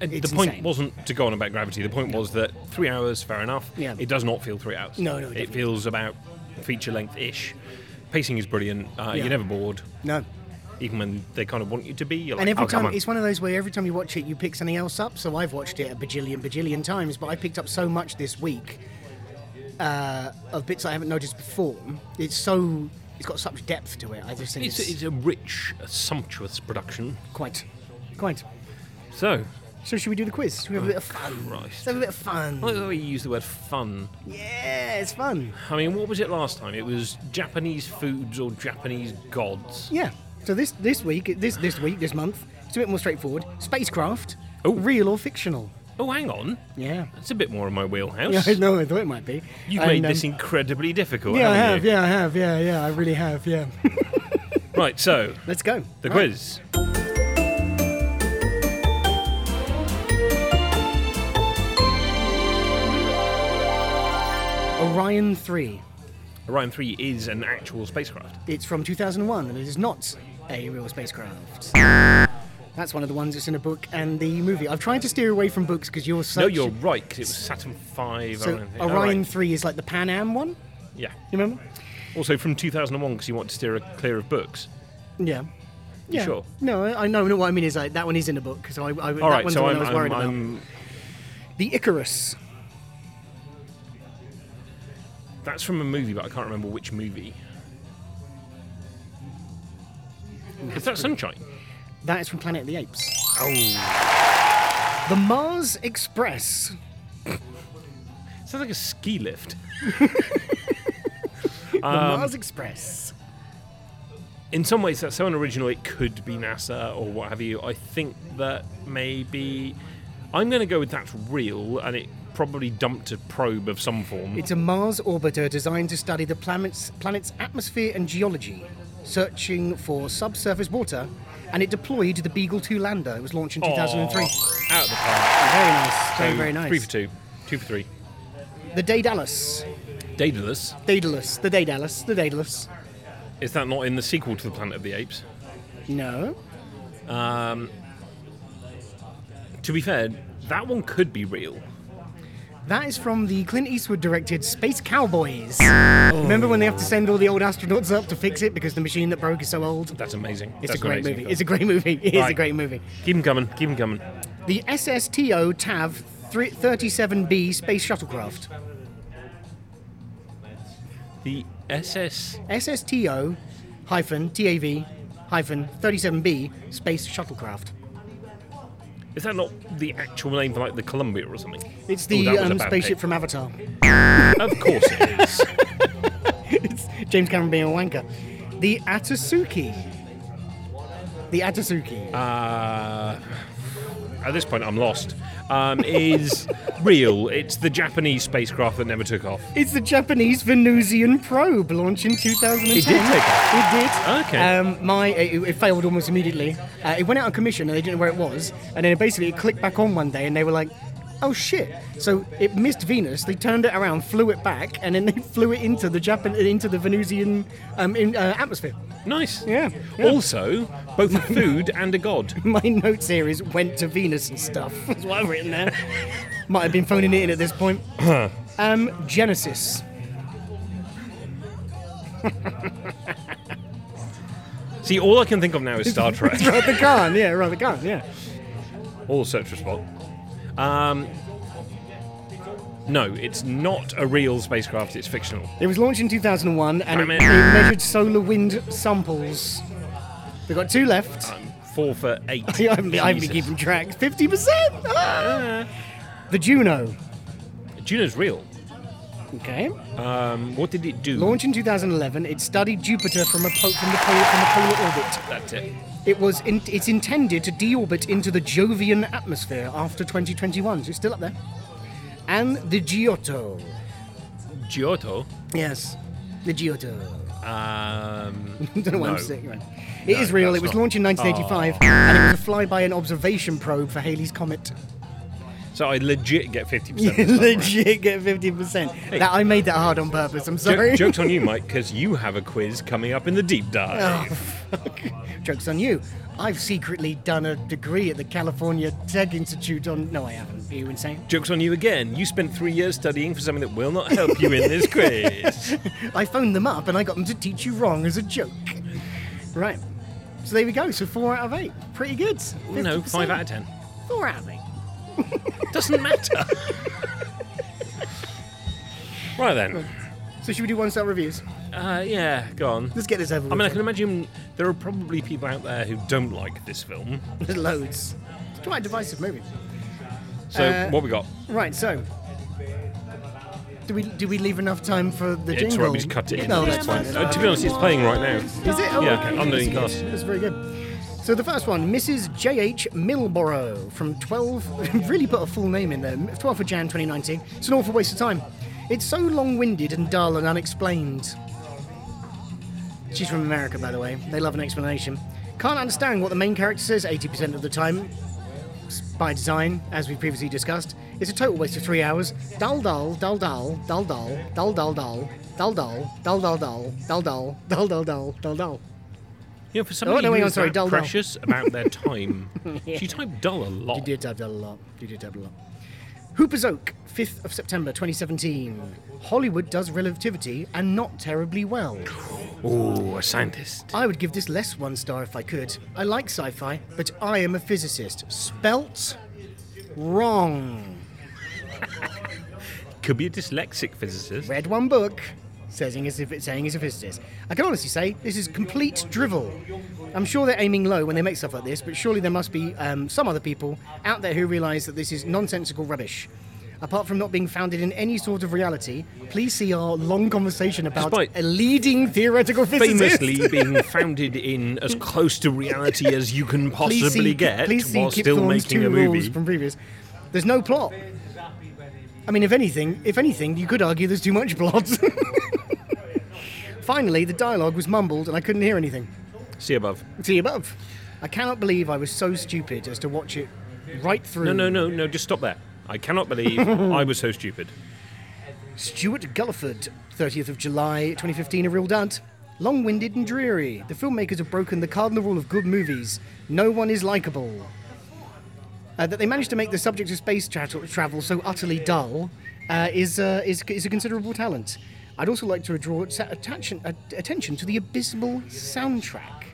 [SPEAKER 1] And
[SPEAKER 2] it's
[SPEAKER 1] the point
[SPEAKER 2] insane.
[SPEAKER 1] wasn't to go on about gravity. The point was that three hours, fair enough.
[SPEAKER 2] Yeah.
[SPEAKER 1] It does not feel three hours.
[SPEAKER 2] No, no,
[SPEAKER 1] It
[SPEAKER 2] it doesn't.
[SPEAKER 1] feels about feature length ish. Pacing is brilliant. Uh,
[SPEAKER 2] Yeah.
[SPEAKER 1] You're never bored,
[SPEAKER 2] no,
[SPEAKER 1] even when they kind of want you to be. You're like,
[SPEAKER 2] And every
[SPEAKER 1] "Oh, come
[SPEAKER 2] time,
[SPEAKER 1] on."
[SPEAKER 2] it's one of those where every time you watch it, you pick something else up. So I've watched it a bajillion, bajillion times, but I picked up so much this week uh, of bits I haven't noticed before. It's so, it's got such depth to it. I just think
[SPEAKER 1] it's,
[SPEAKER 2] it's,
[SPEAKER 1] it's a rich, sumptuous production.
[SPEAKER 2] quite, quite.
[SPEAKER 1] So,
[SPEAKER 2] So should we do the quiz? Should we have a bit of fun?
[SPEAKER 1] Christ.
[SPEAKER 2] Let's have a bit of fun.
[SPEAKER 1] I like the way you use the word fun.
[SPEAKER 2] Yeah, it's fun.
[SPEAKER 1] I mean, what was it last time? It was Japanese foods or Japanese gods.
[SPEAKER 2] Yeah. So this this week, this this week, this month, it's a bit more straightforward. Spacecraft,
[SPEAKER 1] Oh.
[SPEAKER 2] real or fictional?
[SPEAKER 1] Oh, hang on.
[SPEAKER 2] Yeah.
[SPEAKER 1] That's a bit more in my
[SPEAKER 2] Yeah,
[SPEAKER 1] wheelhouse.
[SPEAKER 2] I know. I thought it might be.
[SPEAKER 1] You've
[SPEAKER 2] And,
[SPEAKER 1] made
[SPEAKER 2] um,
[SPEAKER 1] this incredibly difficult.
[SPEAKER 2] Yeah, I
[SPEAKER 1] haven't
[SPEAKER 2] have.
[SPEAKER 1] you?
[SPEAKER 2] Yeah, I have. Yeah, yeah. I really have. Yeah.
[SPEAKER 1] Right, so
[SPEAKER 2] Let's go.
[SPEAKER 1] the
[SPEAKER 2] Right.
[SPEAKER 1] quiz.
[SPEAKER 2] Orion 3.
[SPEAKER 1] Orion 3 is an actual spacecraft.
[SPEAKER 2] It's from 2001 and it is not a real spacecraft. That's one of the ones that's in a book and the movie. I've tried to steer away from books because you're such.
[SPEAKER 1] No, you're right, 'cause it was Saturn V.
[SPEAKER 2] So
[SPEAKER 1] Orion, three.
[SPEAKER 2] Orion
[SPEAKER 1] Alright,
[SPEAKER 2] 3 is like the Pan Am one,
[SPEAKER 1] Oh, Yeah.
[SPEAKER 2] you remember?
[SPEAKER 1] Also from 2001, because you want to steer a- clear of books.
[SPEAKER 2] Yeah. Yeah.
[SPEAKER 1] sure?
[SPEAKER 2] No, I I know. No, what I mean is like, that one is in a book, so I, I, that
[SPEAKER 1] All right,
[SPEAKER 2] one's
[SPEAKER 1] so
[SPEAKER 2] the one
[SPEAKER 1] I'm,
[SPEAKER 2] I was
[SPEAKER 1] I'm-
[SPEAKER 2] worried about.
[SPEAKER 1] I'm-
[SPEAKER 2] The Icarus.
[SPEAKER 1] That's from a movie, but I can't remember which movie. Is that Sunshine?
[SPEAKER 2] That is from Planet of the Apes. Oh. The Mars Express.
[SPEAKER 1] Sounds like a ski lift.
[SPEAKER 2] The Mars Express.
[SPEAKER 1] In some ways, that's so unoriginal. It could be NASA or what have you. I think that maybe I'm going to go with that's real, and it probably dumped a probe of some form.
[SPEAKER 2] It's a Mars orbiter designed to study the planet's, planet's atmosphere and geology, searching for subsurface water, and it deployed the Beagle 2 lander. It was launched in 2003.
[SPEAKER 1] Aw, out of the park.
[SPEAKER 2] Very nice. Very,
[SPEAKER 1] So,
[SPEAKER 2] very nice.
[SPEAKER 1] Three for two. Two for three.
[SPEAKER 2] The Daedalus.
[SPEAKER 1] Daedalus.
[SPEAKER 2] Daedalus. The Daedalus. The Daedalus.
[SPEAKER 1] Is that not in the sequel to the Planet of the Apes?
[SPEAKER 2] No.
[SPEAKER 1] To be fair, that one could be real.
[SPEAKER 2] That is from the Clint Eastwood directed Space Cowboys.
[SPEAKER 1] Oh.
[SPEAKER 2] Remember when they have to send all the old astronauts up to fix it because the machine that broke is so old?
[SPEAKER 1] That's amazing.
[SPEAKER 2] It's
[SPEAKER 1] That's
[SPEAKER 2] a great
[SPEAKER 1] amazing
[SPEAKER 2] movie.
[SPEAKER 1] film.
[SPEAKER 2] It's a great movie. It is a
[SPEAKER 1] Right.
[SPEAKER 2] great movie.
[SPEAKER 1] Keep them coming. Keep them coming.
[SPEAKER 2] The SSTO TAV thre- 37B space shuttlecraft.
[SPEAKER 1] The SS.
[SPEAKER 2] SSTO hyphen TAV hyphen 37B space shuttlecraft.
[SPEAKER 1] Is that not the actual name for like the Columbia or something?
[SPEAKER 2] It's
[SPEAKER 1] Oh,
[SPEAKER 2] the
[SPEAKER 1] that was a
[SPEAKER 2] um,
[SPEAKER 1] bad
[SPEAKER 2] spaceship
[SPEAKER 1] pick.
[SPEAKER 2] from Avatar.
[SPEAKER 1] Of course it is.
[SPEAKER 2] James Cameron being a wanker. The Atasuki. The Atsuki.
[SPEAKER 1] at this point I'm lost, um, is real. It's the Japanese spacecraft that never took off.
[SPEAKER 2] It's the Japanese Venusian probe launched in 2010.
[SPEAKER 1] It did take
[SPEAKER 2] off. It did.
[SPEAKER 1] Okay.
[SPEAKER 2] Um, my it, it failed almost immediately. Uh, it went out of commission and they didn't know where it was. And then basically it clicked back on one day and they were like, "Oh shit!" So it missed Venus. They turned it around, flew it back, and then they flew it into the Japan into the Venusian um, in, uh, atmosphere.
[SPEAKER 1] Nice.
[SPEAKER 2] Yeah, yeah.
[SPEAKER 1] Also, both a food and a god.
[SPEAKER 2] My notes here is went to Venus and stuff. That's what I've written there. Might have been phoning it in at this point. um, Genesis.
[SPEAKER 1] See, all I can think of now is Star Trek.
[SPEAKER 2] Rather Khan, yeah, Rather Khan, yeah.
[SPEAKER 1] all search response. Um, no, it's not a real spacecraft. It's fictional.
[SPEAKER 2] It was launched in 2001 and
[SPEAKER 1] Damn
[SPEAKER 2] it,
[SPEAKER 1] it.
[SPEAKER 2] it measured solar wind samples. We've got two left.
[SPEAKER 1] Four for eight.
[SPEAKER 2] I haven't, been- I haven't been
[SPEAKER 1] Jesus.
[SPEAKER 2] keeping track. 50%! Ah! The Juno.
[SPEAKER 1] Juno's real.
[SPEAKER 2] Okay.
[SPEAKER 1] Um, what did it do?
[SPEAKER 2] Launched in 2011, it studied Jupiter from, a po- from, the, polar, from the polar orbit.
[SPEAKER 1] That's it.
[SPEAKER 2] It was in, it's intended to deorbit into the Jovian atmosphere after 2021, so it's still up there. And the Giotto.
[SPEAKER 1] Giotto.
[SPEAKER 2] Yes, the Giotto.
[SPEAKER 1] Um,
[SPEAKER 2] I don't know why
[SPEAKER 1] No.
[SPEAKER 2] I'm saying right. It is
[SPEAKER 1] No,
[SPEAKER 2] real.
[SPEAKER 1] that's
[SPEAKER 2] It was
[SPEAKER 1] not- Ah.
[SPEAKER 2] launched in 1985, and it was a flyby and observation probe for Halley's Comet.
[SPEAKER 1] so I legit get fifty
[SPEAKER 2] You
[SPEAKER 1] percent.
[SPEAKER 2] legit get 50%. That, I made that hard on purpose. I'm sorry.
[SPEAKER 1] Oh, Joke, jokes on you, Mike, because you have a quiz coming up in the deep dive.
[SPEAKER 2] Oh. Joke's on you. I've secretly done a degree at the California Tech Institute on. No, I haven't. Are you insane?
[SPEAKER 1] Jokes on you again. You spent three years studying for something that will not help you in this quiz.
[SPEAKER 2] I phoned them up and I got them to teach you wrong as a joke. Right. So there we go. So four out of eight. Pretty good. 50%.
[SPEAKER 1] no, five out of ten.
[SPEAKER 2] Four out of eight.
[SPEAKER 1] Doesn't matter. right then.
[SPEAKER 2] So should we do one star reviews?
[SPEAKER 1] Uh, yeah, go on.
[SPEAKER 2] Let's get this over with.
[SPEAKER 1] I mean, I can imagine there are probably people out there who don't like this film.
[SPEAKER 2] There's loads. It's quite a divisive movie.
[SPEAKER 1] So
[SPEAKER 2] Uh,
[SPEAKER 1] what we got?
[SPEAKER 2] Right, so. Do we, do we leave enough time for the
[SPEAKER 1] It's
[SPEAKER 2] jingle?
[SPEAKER 1] where we just cut it in.
[SPEAKER 2] No, that's fine.
[SPEAKER 1] Uh, to be honest, it's playing right now.
[SPEAKER 2] Is it? Oh,
[SPEAKER 1] Yeah, okay, I'm doing
[SPEAKER 2] that's
[SPEAKER 1] class.
[SPEAKER 2] good. That's very good. So the first one, Mrs. J.H. Milborough from 12, really put a full name in there, 12th of Jan 2019. It's an awful waste of time. It's so long-winded and dull and unexplained. She's from America, by the way. They love an explanation. Can't understand what the main character says 80% of the time. S- By design, as we previously discussed, it's a total waste of three hours. Dull, dull, dull, dull, dull, dull, dull, dull, dull, dull, dull, dull, dull, dull, dull, dull, dull, dull, dull, dull, dull.
[SPEAKER 1] You know, for somebody
[SPEAKER 2] Oh, no,
[SPEAKER 1] who
[SPEAKER 2] hang on,
[SPEAKER 1] is
[SPEAKER 2] sorry,
[SPEAKER 1] that
[SPEAKER 2] dull, dull.
[SPEAKER 1] precious about their time, she typed dull a lot.
[SPEAKER 2] You did dab that a lot. You did dab that a lot. Hooper's Oak, 5th of September 2017. Hollywood does relativity and not terribly well.
[SPEAKER 1] Ooh, a scientist.
[SPEAKER 2] I would give this less one star if I could. I like sci fi, but I am a physicist. Spelt wrong.
[SPEAKER 1] Could be a dyslexic physicist.
[SPEAKER 2] Read one book, says as if it's saying he's a physicist. I can honestly say this is complete drivel. I'm sure they're aiming low when they make stuff like this, but surely there must be um, some other people out there who realise that this is nonsensical rubbish. Apart from not being founded in any sort of reality, please see our long conversation about
[SPEAKER 1] Despite-
[SPEAKER 2] a leading theoretical physicist.
[SPEAKER 1] Famously being founded in as close to reality as you can
[SPEAKER 2] Please
[SPEAKER 1] possibly
[SPEAKER 2] see-
[SPEAKER 1] get
[SPEAKER 2] please see
[SPEAKER 1] while
[SPEAKER 2] Kip
[SPEAKER 1] still
[SPEAKER 2] Thorne's
[SPEAKER 1] making
[SPEAKER 2] two
[SPEAKER 1] a
[SPEAKER 2] rules
[SPEAKER 1] movie.
[SPEAKER 2] From previous. There's no plot. I mean, if anything, if anything, you could argue there's too much plot. Finally, the dialogue was mumbled and I couldn't hear anything.
[SPEAKER 1] See above.
[SPEAKER 2] See above. I cannot believe I was so stupid as to watch it right through.
[SPEAKER 1] No, no, no, no. Just stop there. I cannot believe I was so stupid.
[SPEAKER 2] Stuart Gulliford, 30th of July 2015, A Real Dad. Long winded and dreary. The filmmakers have broken the cardinal rule of good movies no one is likable. Uh, that they managed to make the subject of space tra- travel so utterly dull uh, is, uh, is, is a considerable talent. I'd also like to draw atta- attention, uh, attention to the abysmal soundtrack.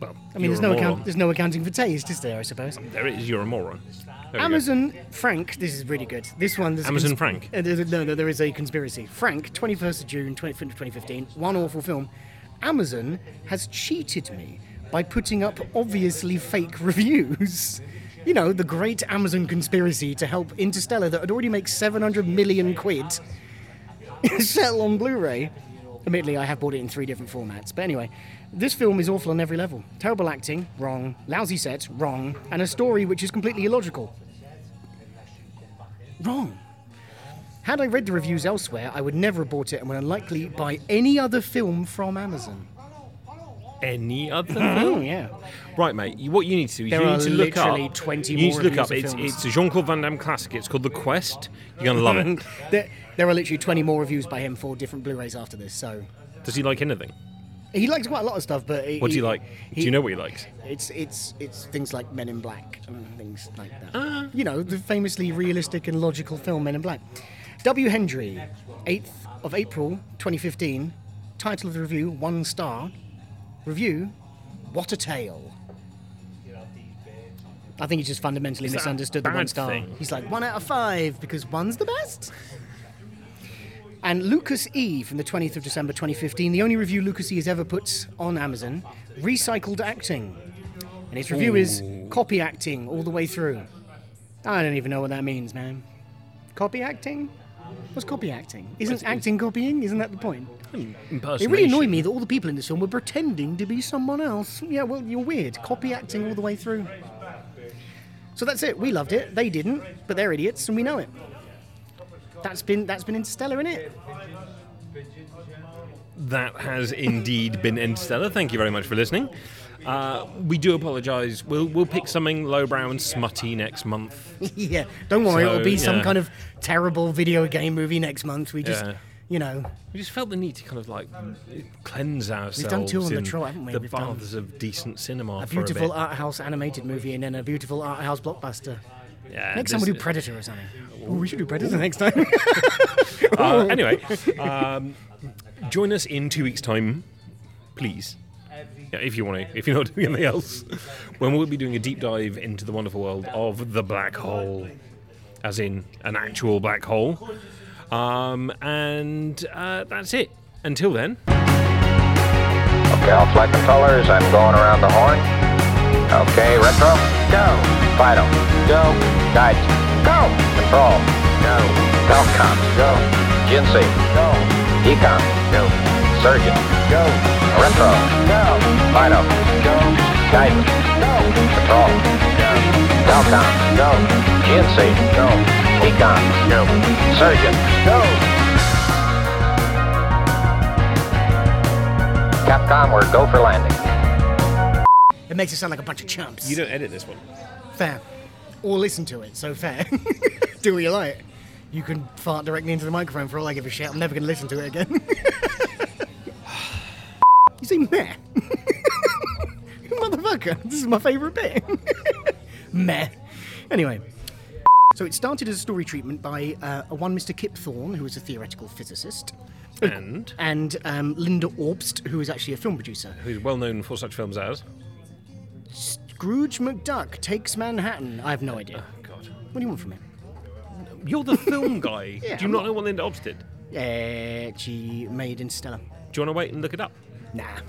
[SPEAKER 1] Well,
[SPEAKER 2] I mean, there's no, account, there's no accounting for taste, is there, I suppose?
[SPEAKER 1] There it is. You're a moron. There we go.
[SPEAKER 2] Amazon Frank, this is really good. This one, there's a
[SPEAKER 1] Amazon Frank?
[SPEAKER 2] Uh, there's a- no, no, there is a conspiracy. Frank, 21st of June, 20, 2015. One awful film. Amazon has cheated me by putting up obviously fake reviews. You know, the great Amazon conspiracy to help Interstellar that had already made 700 million quid sell on Blu-ray. Admittedly, I have bought it in three different formats. But anyway, this film is awful on every level. Terrible acting, wrong. Lousy sets, wrong. And a story which is completely illogical. Wrong. Had I read the reviews elsewhere, I would never have bought it and would unlikely buy any other film from Amazon.
[SPEAKER 1] Any other film?
[SPEAKER 2] Oh, yeah.
[SPEAKER 1] Right, mate. you- What you need to do is
[SPEAKER 2] There
[SPEAKER 1] you
[SPEAKER 2] are
[SPEAKER 1] need to look
[SPEAKER 2] literally
[SPEAKER 1] up.
[SPEAKER 2] 20
[SPEAKER 1] you need
[SPEAKER 2] more
[SPEAKER 1] to look up.
[SPEAKER 2] reviews
[SPEAKER 1] It's,
[SPEAKER 2] of
[SPEAKER 1] it's
[SPEAKER 2] films.
[SPEAKER 1] a Jean-Claude Van Damme classic. It's called The Quest. You're gonna love it.
[SPEAKER 2] There, there are literally 20 more reviews by him for different Blu rays after this, so.
[SPEAKER 1] Does he like anything?
[SPEAKER 2] He likes quite a lot of stuff, but. He,
[SPEAKER 1] What do you like?
[SPEAKER 2] he-
[SPEAKER 1] Do you know what he likes?
[SPEAKER 2] It's it's it's things like Men in Black and things like that.
[SPEAKER 1] Ah.
[SPEAKER 2] you know, the famously realistic and logical film Men in Black. W. Hendry, 8th of April 2015. Title of the review, one star. Review, What a Tale. I think he's just fundamentally
[SPEAKER 1] Is that a
[SPEAKER 2] misunderstood the
[SPEAKER 1] bad
[SPEAKER 2] one star.
[SPEAKER 1] thing?
[SPEAKER 2] He's like, one out of five because one's the best. And Lucas E. from the 20th of December 2015, the only review Lucas E. has ever put on Amazon, recycled acting. And his review is copy acting all the way through. I don't even know what that means, man. Copy acting? What's copy acting? Isn't acting copying? Isn't that the point?
[SPEAKER 1] Oh,
[SPEAKER 2] It really annoyed me that all the people in this film were pretending to be someone else. Yeah, well, you're weird. Copy acting all the way through. So that's it. We loved it. They didn't, but they're idiots, and we know it. That's been that's been Interstellar, in it.
[SPEAKER 1] That has indeed been Interstellar. Thank you very much for listening. Uh, we do apologise. We'll we'll pick something lowbrow and smutty next month.
[SPEAKER 2] yeah. Don't worry,
[SPEAKER 1] So,
[SPEAKER 2] it'll be some
[SPEAKER 1] yeah.
[SPEAKER 2] kind of terrible video game movie next month. We just,
[SPEAKER 1] Yeah.
[SPEAKER 2] you know,
[SPEAKER 1] We just felt the need to kind of like cleanse ourselves.
[SPEAKER 2] two on the
[SPEAKER 1] in
[SPEAKER 2] trot, haven't we?
[SPEAKER 1] The
[SPEAKER 2] We've done
[SPEAKER 1] baths of decent cinema.
[SPEAKER 2] a
[SPEAKER 1] for bit.
[SPEAKER 2] beautiful art house animated movie and then a beautiful art house blockbuster.
[SPEAKER 1] Yeah,
[SPEAKER 2] Next
[SPEAKER 1] this-
[SPEAKER 2] time we'll do Predator or something. Oh, we should do Predator next time.
[SPEAKER 1] Uh, anyway, um, join us in two weeks' time, please. Yeah, if you want to, if you're not doing anything else, when we'll be doing a deep dive into the wonderful world of the black hole, as in an actual black hole. Um, and uh, that's it. Until then.
[SPEAKER 4] Okay, all flight controllers, I'm going around the horn. Okay, retro, go. Vital, go. Guides, go. Control, go. Telcom, go. GNC, go. Ecom, go. Surgeon, go. Retro, go. Vital, go. Guidance, go. Control, go. Telcom, go. GNC, go. Ecom, go. Surgeon, go. Capcom, we're go for landing.
[SPEAKER 2] it makes it sound like a bunch of chumps.
[SPEAKER 1] don't edit this one.
[SPEAKER 2] fair. Or listen to it, so fair. do what you like. You can fart directly into the microphone for all I give a shit. I'm never going to listen to it again. you see, meh. Motherfucker, this is my favourite bit. meh. Anyway. So it started as a story treatment by uh, a one Mr. Kip Thorne, who is a theoretical physicist,
[SPEAKER 1] And
[SPEAKER 2] and um, Linda Orbst, who is actually a film producer.
[SPEAKER 1] who's well known for such films as?
[SPEAKER 2] Scrooge McDuck takes Manhattan. I have no idea.
[SPEAKER 1] oh God,
[SPEAKER 2] What do you want from him?
[SPEAKER 1] you're the film guy.
[SPEAKER 2] Yeah,
[SPEAKER 1] do you
[SPEAKER 2] I'm
[SPEAKER 1] not
[SPEAKER 2] not-
[SPEAKER 1] know what Linda Ops did?
[SPEAKER 2] Uh, Eh, she made Interstellar.
[SPEAKER 1] Do you want to wait and look it up?
[SPEAKER 2] Nah.